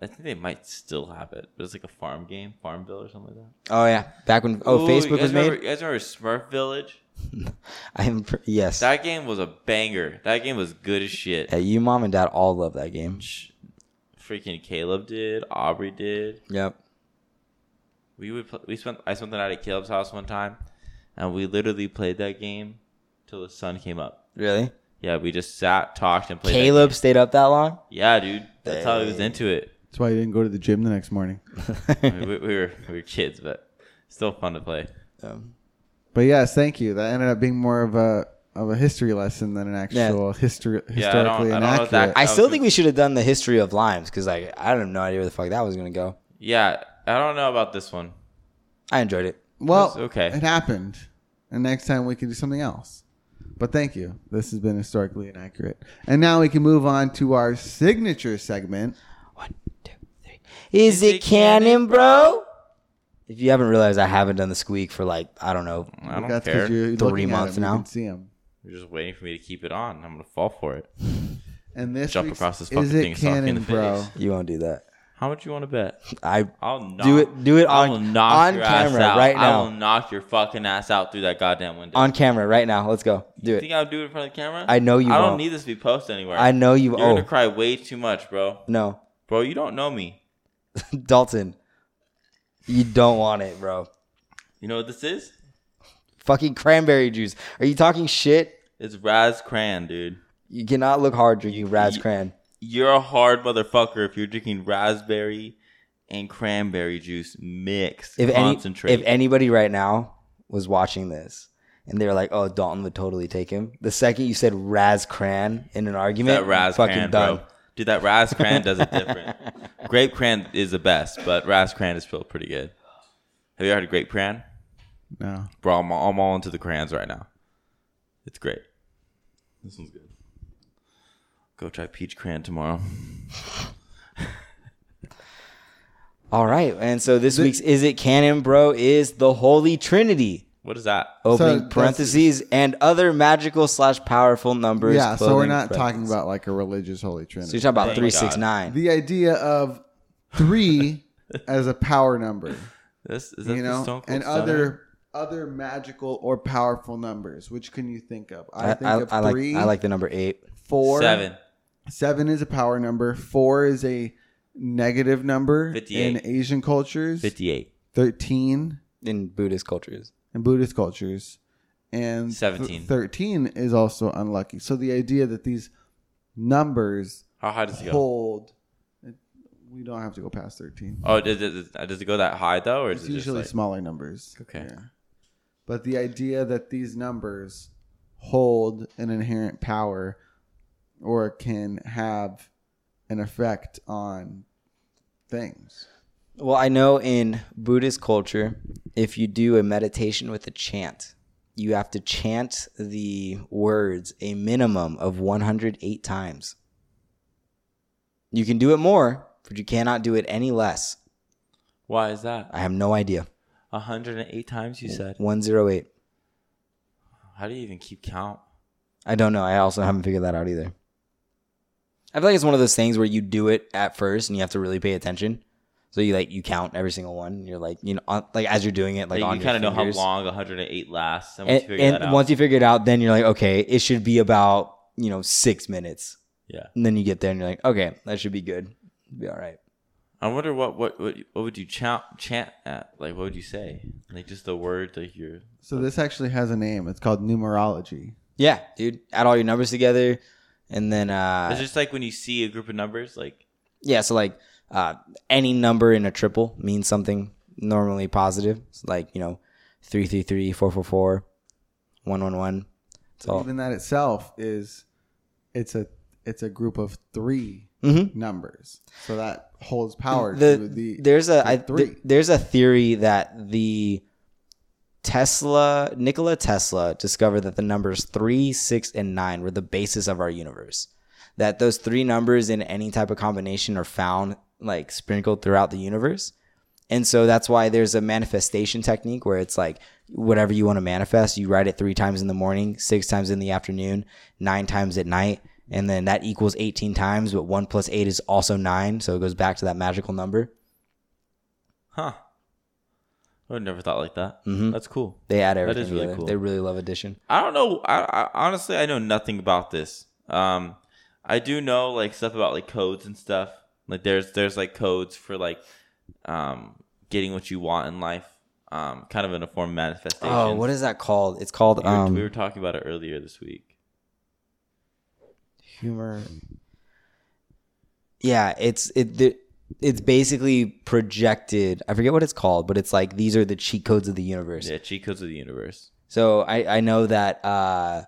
Speaker 1: I think they might still have it, but it's like a farm game, Farmville or something like that.
Speaker 3: Oh yeah, back when oh
Speaker 1: Ooh, you
Speaker 3: Facebook
Speaker 1: guys
Speaker 3: was
Speaker 1: remember,
Speaker 3: made.
Speaker 1: You guys remember Smurf Village?
Speaker 3: I am pr- yes.
Speaker 1: That game was a banger. That game was good as shit.
Speaker 3: yeah, you mom and dad all love that game.
Speaker 1: Sh- Freaking Caleb did. Aubrey did.
Speaker 3: Yep.
Speaker 1: We would. Pl- we spent. I spent the night at Caleb's house one time, and we literally played that game till the sun came up.
Speaker 3: Really?
Speaker 1: Yeah, we just sat, talked, and played. that
Speaker 3: Caleb stayed up that long?
Speaker 1: game. Yeah, dude. That's how he was into it.
Speaker 2: That's why I didn't go to the gym the next morning.
Speaker 1: I mean, we, we were we were kids, but still fun to play.
Speaker 3: Um,
Speaker 2: But yes, thank you. That ended up being more of a of a history lesson than an actual history
Speaker 1: Yeah, I don't-
Speaker 2: historically
Speaker 1: I don't know
Speaker 2: inaccurate.
Speaker 1: if that-
Speaker 3: I
Speaker 1: was
Speaker 3: still
Speaker 1: good.
Speaker 3: think we should have done the history of limes because like I don't have no idea where the fuck that was gonna go.
Speaker 1: Yeah, I don't know about this one.
Speaker 3: I enjoyed it.
Speaker 2: well,
Speaker 1: It's okay.
Speaker 2: it happened, and next time we can do something else. But thank you. This has been historically inaccurate, and now we can move on to our signature segment.
Speaker 3: One, two, three. Is, it, canon, bro? If you haven't realized, I haven't done the squeak for like I don't know.
Speaker 1: I don't
Speaker 2: That's
Speaker 1: care.
Speaker 2: because you're
Speaker 3: Three
Speaker 2: looking
Speaker 3: months
Speaker 2: at him,
Speaker 3: now.
Speaker 2: You can see him.
Speaker 1: You're just waiting for me to keep it on. I'm gonna fall for it.
Speaker 2: And this
Speaker 1: Jump
Speaker 2: week's
Speaker 1: across this fucking
Speaker 2: is it
Speaker 1: thing and sock me in
Speaker 2: canon,
Speaker 1: the
Speaker 2: bro?
Speaker 1: face.
Speaker 3: You won't do that.
Speaker 1: How much you want to bet?
Speaker 3: I
Speaker 1: I'll knock,
Speaker 3: Do it- do it
Speaker 1: I
Speaker 3: on-
Speaker 1: will knock
Speaker 3: on
Speaker 1: your ass
Speaker 3: camera
Speaker 1: out.
Speaker 3: right
Speaker 1: I will
Speaker 3: now.
Speaker 1: knock your fucking ass out through that goddamn window.
Speaker 3: on camera right now. Let's go. Do
Speaker 1: you
Speaker 3: it.
Speaker 1: think I'll do it in front of the camera?
Speaker 3: I know you
Speaker 1: I don't
Speaker 3: won't.
Speaker 1: need this to be posted anywhere.
Speaker 3: I know you.
Speaker 1: You're
Speaker 3: Oh
Speaker 1: gonna cry way too much, bro.
Speaker 3: no,
Speaker 1: Bro, you don't know me.
Speaker 3: Dalton, you don't want it, bro.
Speaker 1: You know what this is?
Speaker 3: Fucking cranberry juice. Are you talking shit?
Speaker 1: It's Raz Cran, dude.
Speaker 3: You cannot look hard drinking Raz
Speaker 1: Ye-
Speaker 3: Cran.
Speaker 1: You're a hard motherfucker if you're drinking raspberry and cranberry juice mixed.
Speaker 3: If any,
Speaker 1: Concentrate.
Speaker 3: if anybody right now was watching this and they were like, "Oh, Dalton would totally take him," the second you said Raz Cran in an argument,
Speaker 1: that Raz
Speaker 3: fucking
Speaker 1: Cran,
Speaker 3: done.
Speaker 1: bro. Dude, that Raz Cran does it different. grape Cran is the best, but Raz Cran is still pretty good. Have you ever heard of Grape Cran?
Speaker 2: No,
Speaker 1: Bro, I'm, I'm all into the crayons right now. It's great. This one's good. Go try peach crayon tomorrow.
Speaker 3: All right, and so this week's "Is It Canon, Bro?" is the Holy Trinity.
Speaker 1: What is that?
Speaker 3: Opening
Speaker 2: that's-
Speaker 3: parentheses and other magical slash powerful numbers.
Speaker 2: yeah. So we're
Speaker 3: clothing
Speaker 2: not talking
Speaker 3: parentheses.
Speaker 2: about like a religious holy trinity.
Speaker 3: So you're talking about
Speaker 1: Thank
Speaker 3: three
Speaker 1: God.
Speaker 3: six nine.
Speaker 2: the idea of three as a power number.
Speaker 1: This is that
Speaker 2: you
Speaker 1: the
Speaker 2: know,
Speaker 1: Stone Cold
Speaker 2: and
Speaker 1: Stunner?
Speaker 2: other other magical or powerful numbers. Which can you think of? I,
Speaker 3: I,
Speaker 2: think
Speaker 3: I,
Speaker 2: of
Speaker 3: I like
Speaker 2: three,
Speaker 3: I like the number eight.
Speaker 2: four,
Speaker 1: seven.
Speaker 2: Seven is a power number. Four is a negative number
Speaker 1: 58.
Speaker 2: in Asian cultures.
Speaker 1: 58.
Speaker 2: 13
Speaker 3: in Buddhist cultures.
Speaker 2: in Buddhist cultures. And th-
Speaker 1: 17.
Speaker 2: 13 is also unlucky. So the idea that these numbers
Speaker 1: How high does it go?
Speaker 2: hold, we don't have to go past 13.
Speaker 1: Oh, does it, does it go that high though, or is
Speaker 2: It's
Speaker 1: it just
Speaker 2: usually
Speaker 1: like,
Speaker 2: smaller numbers.
Speaker 1: Okay.
Speaker 2: But the idea that these numbers hold an inherent power or can have an effect on things.
Speaker 3: Well, I know in Buddhist culture, if you do a meditation with a chant, you have to chant the words a minimum of 108 times. You can do it more, but you cannot do it any less.
Speaker 1: why is that?
Speaker 3: I have no idea.
Speaker 1: 108 times you said.
Speaker 3: 108.
Speaker 1: How do you even keep count?
Speaker 3: I don't know. I also haven't figured that out either. I feel like it's one of those things where you do it at first and you have to really pay attention. So you like you count every single one. And you're like you know on, like as you're doing it like,
Speaker 1: Like,
Speaker 3: on
Speaker 1: you
Speaker 3: kind
Speaker 1: kind of know how long 108 lasts. And, once
Speaker 3: And,
Speaker 1: you figure
Speaker 3: and
Speaker 1: that out.
Speaker 3: once you figure it out, then you're like okay, it should be about you know six minutes.
Speaker 1: yeah.
Speaker 3: And then you get there and you're like okay, that should be good. It'll be all right.
Speaker 1: I wonder what what what, what would you chant, chant at? Like what would you say? Like just the word like your
Speaker 2: So this actually has a name. It's called numerology.
Speaker 3: Yeah, dude. Add all your numbers together, and then uh,
Speaker 1: It's just like when you see a group of numbers like
Speaker 3: yeah so like uh, any number in a triple means something normally positive it's like you know 333 444 111 it's all
Speaker 2: Even that itself is it's a it's a group of 3
Speaker 3: Mhm.
Speaker 2: numbers. So that holds power to
Speaker 3: the,
Speaker 2: the
Speaker 3: there's a I,
Speaker 2: three.
Speaker 3: th- there's a theory that the Tesla Nikola Tesla discovered that the numbers three, six, and nine were the basis of our universe. That those three numbers in any type of combination are found like sprinkled throughout the universe. And so that's why there's a manifestation technique where it's like whatever you want to manifest, you write it three times in the morning, six times in the afternoon, nine times at night, and then that equals 18 times, but one plus eight is also nine. So it goes back to that magical number.
Speaker 1: huh. I would never thought like that.
Speaker 3: Mm-hmm.
Speaker 1: That's cool.
Speaker 3: They add
Speaker 1: That is
Speaker 3: everything
Speaker 1: really
Speaker 3: together.
Speaker 1: cool.
Speaker 3: They really love addition.
Speaker 1: I don't know. I, I honestly I know nothing about this. Um, I do know like stuff about like codes and stuff. Like there's there's like codes for like um getting what you want in life. Um, kind of in a form of manifestation.
Speaker 3: Oh, what is that called? It's called
Speaker 1: We were-
Speaker 3: um,
Speaker 1: we were talking about it earlier this week.
Speaker 2: humor
Speaker 3: yeah. It's it. The, it's basically projected. I forget what it's called, but it's like these are the cheat codes of the universe.
Speaker 1: Yeah, cheat codes of the universe.
Speaker 3: So I I know that uh,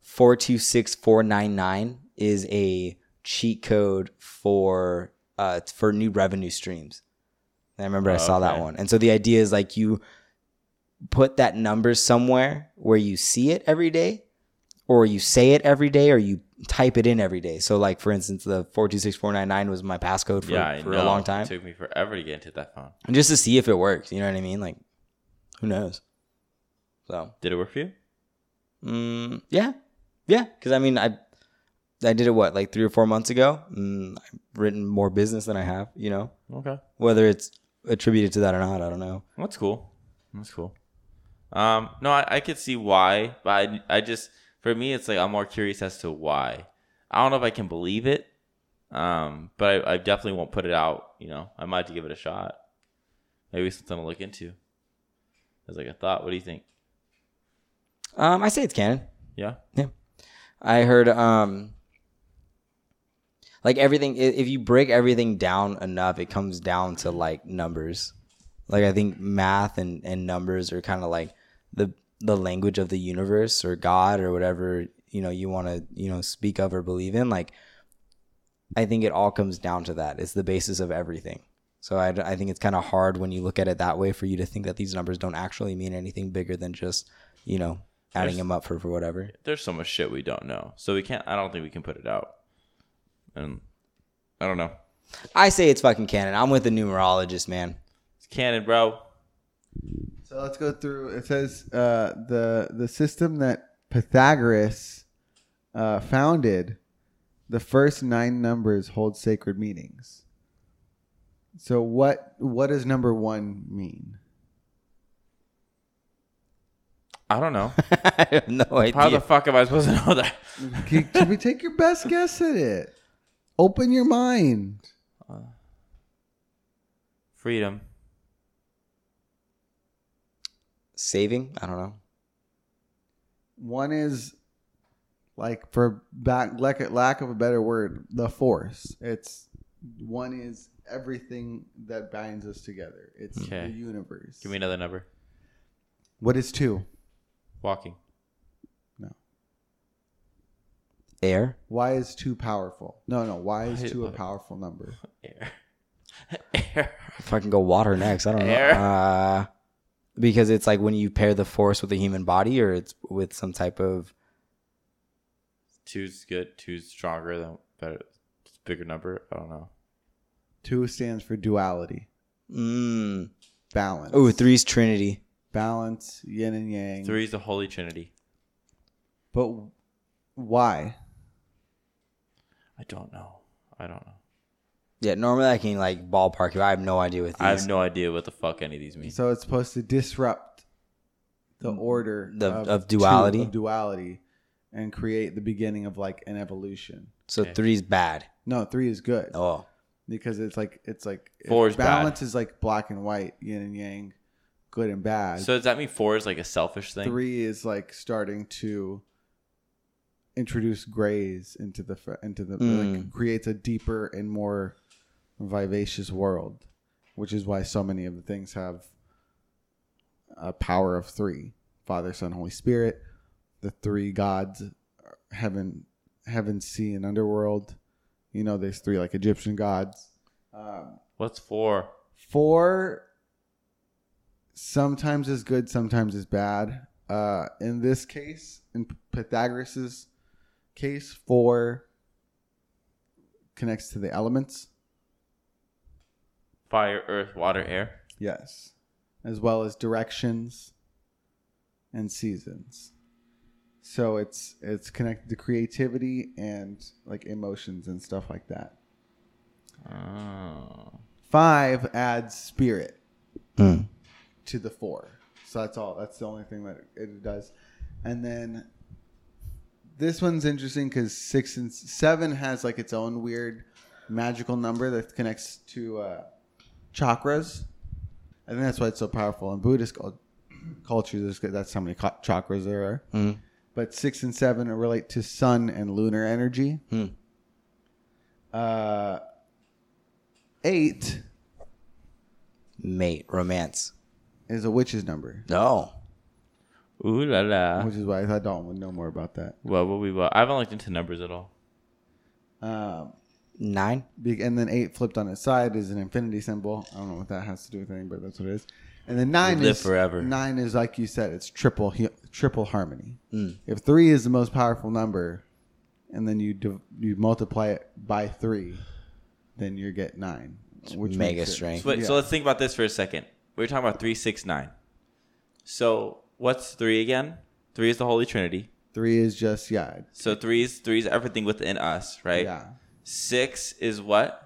Speaker 3: four two six four nine nine is a cheat code for uh for new revenue streams. I remember I
Speaker 1: Oh,
Speaker 3: saw that
Speaker 1: okay.
Speaker 3: one. And so the idea is like you put that number somewhere where you see it every day or you say it every day or you type it in every day. So like for instance the 426499 was my passcode for,
Speaker 1: yeah, I
Speaker 3: for
Speaker 1: know.
Speaker 3: a long time.
Speaker 1: It took me forever to get into that phone.
Speaker 3: And just to see if it works, you know what I mean? Like who knows. So,
Speaker 1: Did it work for you?
Speaker 3: mm, yeah. Yeah, cuz I mean I I did it what like 3 or 4 months ago. Mm, I've written more business than I have, you know.
Speaker 1: Okay,
Speaker 3: Whether it's attributed to that or not, I don't know.
Speaker 1: that's cool. That's cool. Um, no, I, I could see why, but I, I just for me, it's like I'm more curious as to why. I don't know if I can believe it, um, but I, I definitely won't put it out. You know, I might have to give it a shot. Maybe something to look into. As like a thought. What do you think?
Speaker 3: Um, I say it's canon.
Speaker 1: Yeah.
Speaker 3: I heard um, like everything. i- If you break everything down enough, it comes down to like numbers. Like I think math and and numbers are kind of like the the language of the universe or God or whatever you know you want to you know speak of or believe in. Like I think it all comes down to that. It's the basis of everything. So I, I think it's kind of hard when you look at it that way for you to think that these numbers don't actually mean anything bigger than just you know adding
Speaker 1: There's-
Speaker 3: them up for for whatever.
Speaker 1: there's so much shit we don't know. So we can't. I don't think we can put it out. And I don't know.
Speaker 3: I say it's fucking canon. I'm with the numerologist, man.
Speaker 1: It's canon, bro.
Speaker 2: So let's go through. It says uh, the the system that Pythagoras uh, founded. The first nine numbers hold sacred meanings. So what what does number one mean?
Speaker 1: I don't know.
Speaker 3: I have no
Speaker 1: How
Speaker 3: idea.
Speaker 1: the fuck am I supposed to know that?
Speaker 2: Can, can we take your best guess at it? Open your mind.
Speaker 1: Freedom.
Speaker 3: Saving? I don't know.
Speaker 2: One is like for back lack lack of a better word, the force. It's one is everything that binds us together. It's
Speaker 1: Okay.
Speaker 2: the universe.
Speaker 1: Give me another number.
Speaker 2: what is two?
Speaker 1: Walking.
Speaker 3: Air?
Speaker 2: Why is two powerful? No, no. Why
Speaker 1: Why-
Speaker 2: is two a
Speaker 1: why-
Speaker 2: powerful number?
Speaker 1: Air. Air.
Speaker 3: Fucking go water next. I don't
Speaker 1: Air?
Speaker 3: know. Uh, because it's like when you pair the force with a human body or it's with some type of.
Speaker 1: Two's good. Two's stronger than better. It's a bigger number. I don't know.
Speaker 2: Two stands for duality,
Speaker 3: Mm.
Speaker 2: balance.
Speaker 3: Ooh, three's Trinity.
Speaker 2: balance, yin and yang.
Speaker 1: Three's the Holy Trinity.
Speaker 2: But why?
Speaker 1: I don't know. I don't know.
Speaker 3: Yeah, normally I can like ballpark you. I have no idea with these.
Speaker 1: I have no idea what the fuck any of these mean.
Speaker 2: So it's supposed to disrupt the order
Speaker 3: Mm, The- of
Speaker 2: two-
Speaker 3: duality?
Speaker 2: of duality, and create the beginning of like an evolution.
Speaker 3: so
Speaker 1: Okay.
Speaker 3: three's bad.
Speaker 2: No, three is good
Speaker 3: Oh.
Speaker 2: because it's like it's like
Speaker 1: Four is bad.
Speaker 2: balance is like black and white, yin and yang, good and bad.
Speaker 1: So does that mean four is like a selfish thing?
Speaker 2: three is like starting to introduce grays into the fr- into the like
Speaker 3: Mm.
Speaker 2: creates a deeper and more vivacious world, which is why so many of the things have a power of three: Father, Son, Holy Spirit, the three gods, heaven, heaven, sea, and underworld. You know, there's three like Egyptian gods. Um,
Speaker 1: What's four?
Speaker 2: Four sometimes is good, sometimes is bad. Uh, in this case, in Pythagoras' case, four connects to the elements.
Speaker 1: Fire, earth, water, air.
Speaker 2: Yes. As well as directions and seasons. So it's it's connected to creativity and like emotions and stuff like that.
Speaker 1: Oh.
Speaker 2: Five adds spirit.
Speaker 3: Mm.
Speaker 2: to the four. So that's all. That's the only thing that it does. And then this one's interesting because six and seven has like its own weird magical number that connects to uh, chakras. I think that's why it's so powerful in Buddhist cul- culture. There's, that's how many cha- chakras there are.
Speaker 3: Mm.
Speaker 2: But six and seven relate to sun and lunar energy.
Speaker 3: Hmm.
Speaker 2: Uh, eight
Speaker 3: Mate, romance.
Speaker 2: is a witch's number,
Speaker 3: No.
Speaker 1: Ooh la la.
Speaker 2: which is why I thought Dalton would know more about that.
Speaker 1: Well, what we well. I haven't looked into numbers at all.
Speaker 2: Um,
Speaker 3: Nine?
Speaker 2: Be- and then eight flipped on its side is an infinity symbol. I don't know what that has to do with anything, but that's what it is. And then nine
Speaker 1: live
Speaker 2: is
Speaker 1: forever.
Speaker 2: Nine is like you said, it's triple hu- triple harmony.
Speaker 3: Mm.
Speaker 2: If three is the most powerful number, and then you div- you multiply it by three, then you get nine, which
Speaker 3: mega
Speaker 2: makes it-
Speaker 3: strength.
Speaker 1: So, wait, so
Speaker 2: Yeah.
Speaker 1: let's think about this for a second. We were talking about three, six, nine. So what's three again? Three is the Holy Trinity.
Speaker 2: Three is just yeah,
Speaker 1: So three is three is everything within us, right?
Speaker 2: yeah.
Speaker 1: Six is what?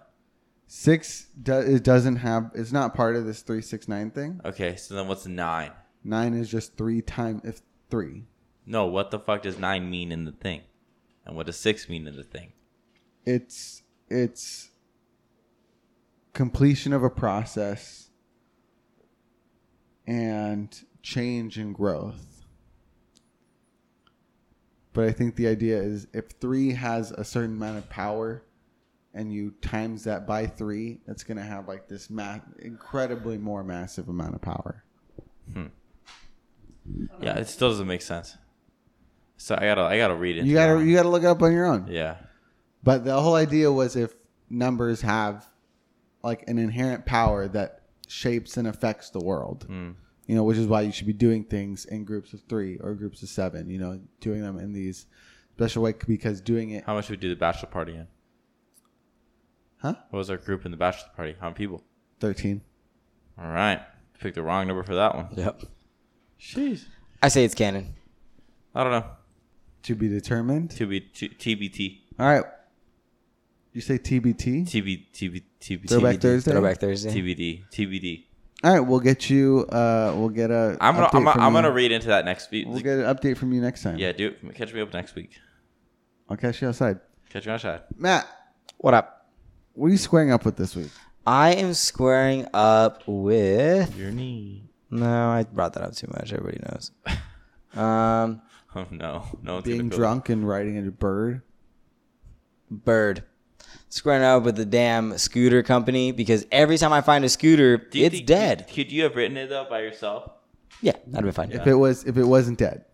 Speaker 2: Six do- it doesn't have. It's not part of this three six nine thing.
Speaker 1: Okay, so then what's nine?
Speaker 2: Nine is just three time if three.
Speaker 1: No, what the fuck does nine mean in the thing? And what does six mean in the thing?
Speaker 2: it's it's completion of a process and change and growth but i think the idea is if three has a certain amount of power and you times that by three it's going to have like this ma- incredibly more massive amount of power
Speaker 1: Yeah, it still doesn't make sense. So I gotta I gotta read it.
Speaker 2: you gotta you gotta look it up on your own
Speaker 1: yeah.
Speaker 2: But the whole idea was if numbers have like an inherent power that shapes and affects the world,
Speaker 1: Hmm.
Speaker 2: you know, which is why you should be doing things in groups of three or groups of seven, you know, doing them in these special way because doing it,
Speaker 1: How much would we do the bachelor party in?
Speaker 2: huh?
Speaker 1: What was our group in the bachelor party? How many people?
Speaker 2: 13.
Speaker 1: All right. Picked the wrong number for that one.
Speaker 3: Yep.
Speaker 1: Jeez.
Speaker 3: I say it's canon.
Speaker 1: I don't know.
Speaker 2: To be determined.
Speaker 1: To be to, TBT.
Speaker 2: All right. You say TBT?
Speaker 1: TB, TB, TB,
Speaker 2: Throwback
Speaker 1: TBD.
Speaker 2: Thursday?
Speaker 3: Throwback Thursday.
Speaker 1: TBD. TBD.
Speaker 2: All right, we'll get you. Uh, we'll get a.
Speaker 1: I'm gonna
Speaker 2: update
Speaker 1: I'm,
Speaker 2: from
Speaker 1: I'm gonna
Speaker 2: you.
Speaker 1: read into that next week.
Speaker 2: We'll get an update from you next time.
Speaker 1: yeah, do it. catch me up next week.
Speaker 2: I'll catch you outside.
Speaker 1: Catch you outside.
Speaker 2: Matt,
Speaker 3: What up?
Speaker 2: what are you squaring up with this week?
Speaker 3: I am squaring up with.
Speaker 1: Your knee.
Speaker 3: No, I brought that up too much. Everybody knows. Um,
Speaker 1: Oh no, no one's
Speaker 2: Being
Speaker 1: gonna go-
Speaker 2: drunk and riding a bird.
Speaker 3: Bird. Squaring up with the damn scooter company because every time I find a scooter,
Speaker 1: Do you
Speaker 3: it's
Speaker 1: think-
Speaker 3: dead.
Speaker 1: Could you have written it though by yourself?
Speaker 3: yeah, that'd be fine.
Speaker 2: If it was, if it wasn't dead,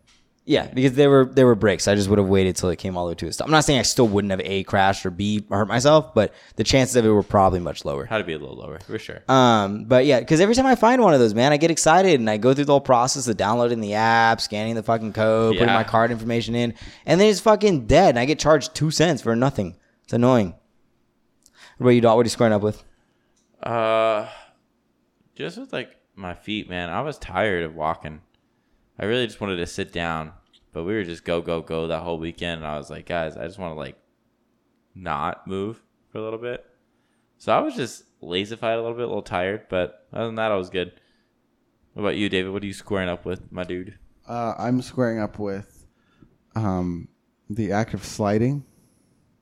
Speaker 3: Yeah, because there were there were breaks. I just would have waited till it came all the way to a stop. I'm not saying I still wouldn't have a crashed or b hurt myself, but the chances of it were probably much lower.
Speaker 1: How to be a little lower for sure.
Speaker 3: Um, but yeah, because every time I find one of those, man, I get excited and I go through the whole process of downloading the app, scanning the fucking code, putting
Speaker 1: Yeah.
Speaker 3: my card information in, and then it's fucking dead, and I get charged two cents for nothing. It's annoying. What about you, Dot? What are you squaring up with?
Speaker 1: Uh, just with like my feet, man. I was tired of walking. I really just wanted to sit down, but we were just go go go that whole weekend, and I was like, guys, I just want to like not move for a little bit. So I was just lazified a little bit, a little tired, but other than that, I was good. What about you, David? What are you squaring up with, my dude?
Speaker 2: uh, I'm squaring up with um, the act of sliding.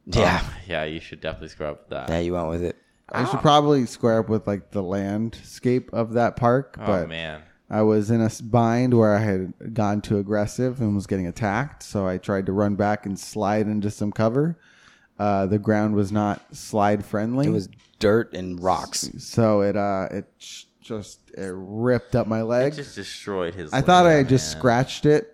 Speaker 3: Yeah,
Speaker 1: Um, yeah, you should definitely square up with that.
Speaker 3: Um, yeah, you went with it.
Speaker 2: I
Speaker 1: Ah.
Speaker 2: should probably square up with like the landscape of that park,
Speaker 1: oh
Speaker 2: but
Speaker 1: man,
Speaker 2: I was in a s- bind where I had gone too aggressive and was getting attacked. So I tried to run back and slide into some cover. Uh, the ground was not slide friendly.
Speaker 3: It was dirt and rocks.
Speaker 2: so it uh, it sh- just it ripped up my
Speaker 1: it
Speaker 2: leg.
Speaker 1: just destroyed his.
Speaker 2: I thought I
Speaker 1: leg,
Speaker 2: had just
Speaker 1: man.
Speaker 2: scratched it.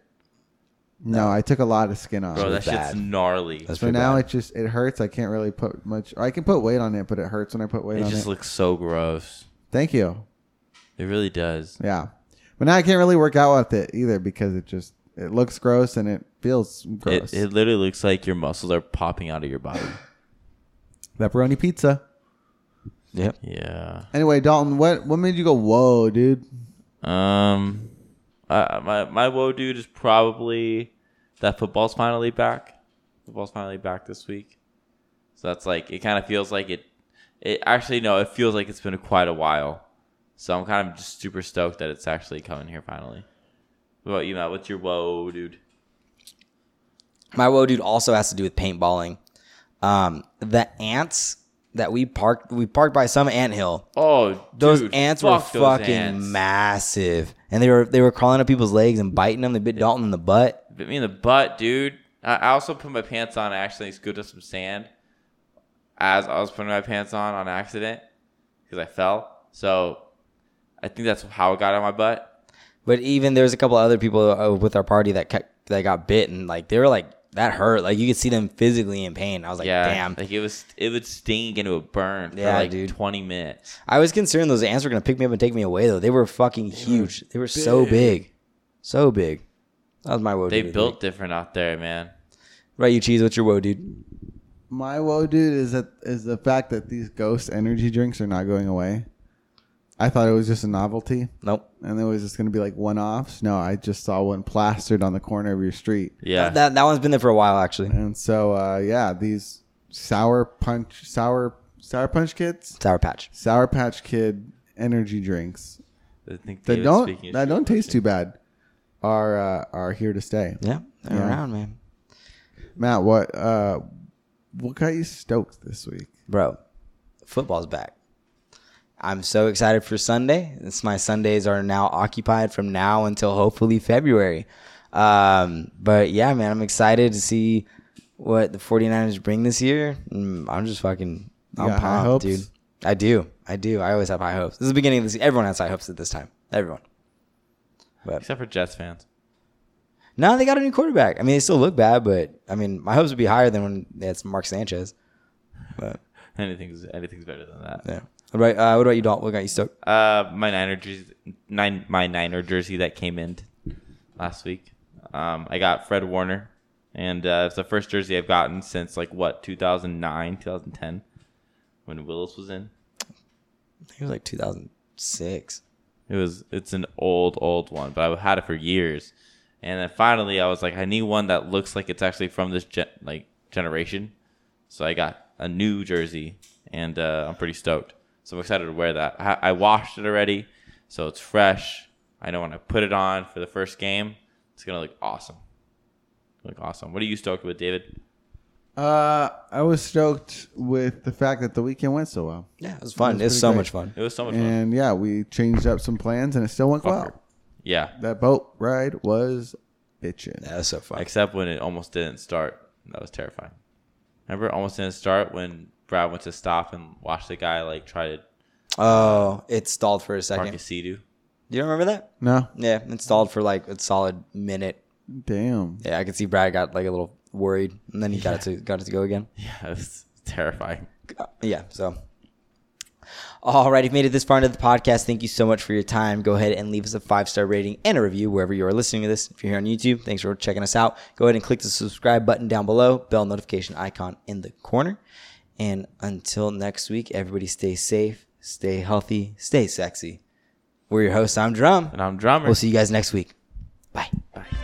Speaker 2: No, I took a lot of skin off.
Speaker 1: Bro, that
Speaker 3: was
Speaker 1: shit's
Speaker 3: bad.
Speaker 1: gnarly.
Speaker 3: That's
Speaker 2: so
Speaker 3: pretty
Speaker 2: now
Speaker 3: bad.
Speaker 2: it just it hurts. I can't really put much. I can put weight on it, but it hurts when I put weight
Speaker 1: It
Speaker 2: on
Speaker 1: just
Speaker 2: it.
Speaker 1: looks so gross.
Speaker 2: Thank you.
Speaker 1: It really does.
Speaker 2: Yeah. But now I can't really work out with it either because it just it looks gross and it feels
Speaker 1: It,
Speaker 2: gross.
Speaker 1: it literally looks like your muscles are popping out of your body.
Speaker 2: Pepperoni pizza.
Speaker 3: Yep.
Speaker 1: yeah.
Speaker 2: Anyway, Dalton, what what made you go whoa, dude?
Speaker 1: Um, I, my my woe dude is probably that football's finally back. Football's finally back this week, so that's like it. Kind of feels like it. It actually no, it feels like it's been quite a while. So I'm kind of just super stoked that it's actually coming here finally. What about you, Matt? What's your woe, dude?
Speaker 3: My woe dude also has to do with paintballing. Um, the ants that we parked, we parked by some ant hill.
Speaker 1: Oh,
Speaker 3: Those
Speaker 1: dude,
Speaker 3: ants were
Speaker 1: fuck those
Speaker 3: fucking
Speaker 1: ants.
Speaker 3: massive, and they were they were crawling up people's legs and biting them. They bit Dalton in the butt.
Speaker 1: bit me in the butt, dude. I, I also put my pants on. I accidentally scooped up some sand as I was putting my pants on on accident because I fell. So I think that's how it got on my butt.
Speaker 3: But even there's a couple other people uh, with our party that kept, that got bit, and like they were like that hurt. Like you could see them physically in pain. I was like,
Speaker 1: yeah,
Speaker 3: damn.
Speaker 1: like it was it would sting and it would burn for
Speaker 3: Yeah,
Speaker 1: like
Speaker 3: dude.
Speaker 1: twenty minutes.
Speaker 3: I was concerned those ants were gonna pick me up and take me away though. They were fucking huge. They were so big, so big. That was my woe.
Speaker 1: They
Speaker 3: dude.
Speaker 1: built different out there, man.
Speaker 3: Right, you cheese. What's your woe, dude?
Speaker 2: My whoa, dude is that is the fact that these ghost energy drinks are not going away. I thought it was just a novelty
Speaker 3: Nope.
Speaker 2: and it was just going to be like one-offs. No, I just saw one plastered on the corner of your street.
Speaker 1: Yeah,
Speaker 3: That that one's been there for a while actually.
Speaker 2: And so uh yeah, these sour punch sour sour punch kids,
Speaker 3: Sour Patch.
Speaker 2: sour patch kid energy drinks
Speaker 1: I think
Speaker 2: that
Speaker 1: David's speaking
Speaker 2: don't
Speaker 1: is
Speaker 2: that
Speaker 1: true.
Speaker 2: don't taste too bad are uh, are here to stay.
Speaker 3: Yeah, they're
Speaker 2: Yeah.
Speaker 3: around, man.
Speaker 2: Matt, what uh, what got you stoked this week?
Speaker 3: Bro, football's back. I'm so excited for Sunday. It's my Sundays are now occupied from now until hopefully February. Um, but yeah, man, I'm excited to see what the 49ers bring this year. Mm, I'm just fucking
Speaker 2: You
Speaker 3: I'm
Speaker 2: got high hopes?
Speaker 3: pumped, dude. I do. I do. I always have high hopes. This is the beginning of this everyone has high hopes at this time. Everyone. But
Speaker 1: Except for Jets fans.
Speaker 3: No, they got a new quarterback. I mean, they still look bad, but I mean, my hopes would be higher than when they had Mark Sanchez. But
Speaker 1: Anything's anything's better than that.
Speaker 3: yeah. What about, uh, what about you, Dalton? What got you stoked?
Speaker 1: Uh, my Niner jersey, nine, my Niner jersey that came in last week. Um, I got Fred Warner, and uh, it's the first jersey I've gotten since like what 2009, 2010, when Willis was in.
Speaker 3: I think it was like 2006.
Speaker 1: It was it's an old old one, but I had it for years, and then finally I was like, I need one that looks like it's actually from this gen- like generation. So I got a new jersey, and uh, I'm pretty stoked. So I'm excited to wear that. I, I washed it already, So it's fresh. I know when I put it on for the first game, it's gonna look awesome. Look awesome. What are you stoked with, David?
Speaker 2: Uh, I was stoked with the fact that the weekend went so well,
Speaker 3: Yeah, it was fun.
Speaker 2: was
Speaker 3: It's
Speaker 2: pretty
Speaker 3: so
Speaker 2: great.
Speaker 3: much fun.
Speaker 1: It was so much fun.
Speaker 2: and yeah, we changed up some plans, and it still went
Speaker 1: Fucker.
Speaker 2: Eh, well.
Speaker 1: Yeah,
Speaker 2: That boat ride was bitching.
Speaker 3: That was so fun.
Speaker 1: except when it almost didn't start. That was terrifying. Remember, it almost didn't start when Brad went to stop and watched the guy like try to
Speaker 3: Oh, it stalled for a
Speaker 1: park
Speaker 3: second.
Speaker 1: his Sea-Doo.
Speaker 3: Do you remember that?
Speaker 2: No,
Speaker 3: Yeah, it stalled for like a solid minute.
Speaker 2: damn.
Speaker 3: Yeah, I could see Brad got like a little worried, and then he got it to got it to go again.
Speaker 1: Yeah, it was terrifying.
Speaker 3: yeah, so. All right, if you made it this far into the podcast, thank you so much for your time. Go ahead and leave us a five star rating and a review wherever you are listening to this. If you're here on YouTube, thanks for checking us out. Go ahead and click the subscribe button down below, bell notification icon in the corner. And until next week, everybody stay safe, stay healthy, stay sexy. We're your host, I'm Drum.
Speaker 1: And I'm drummer.
Speaker 3: We'll see you guys next week. Bye.
Speaker 1: Bye.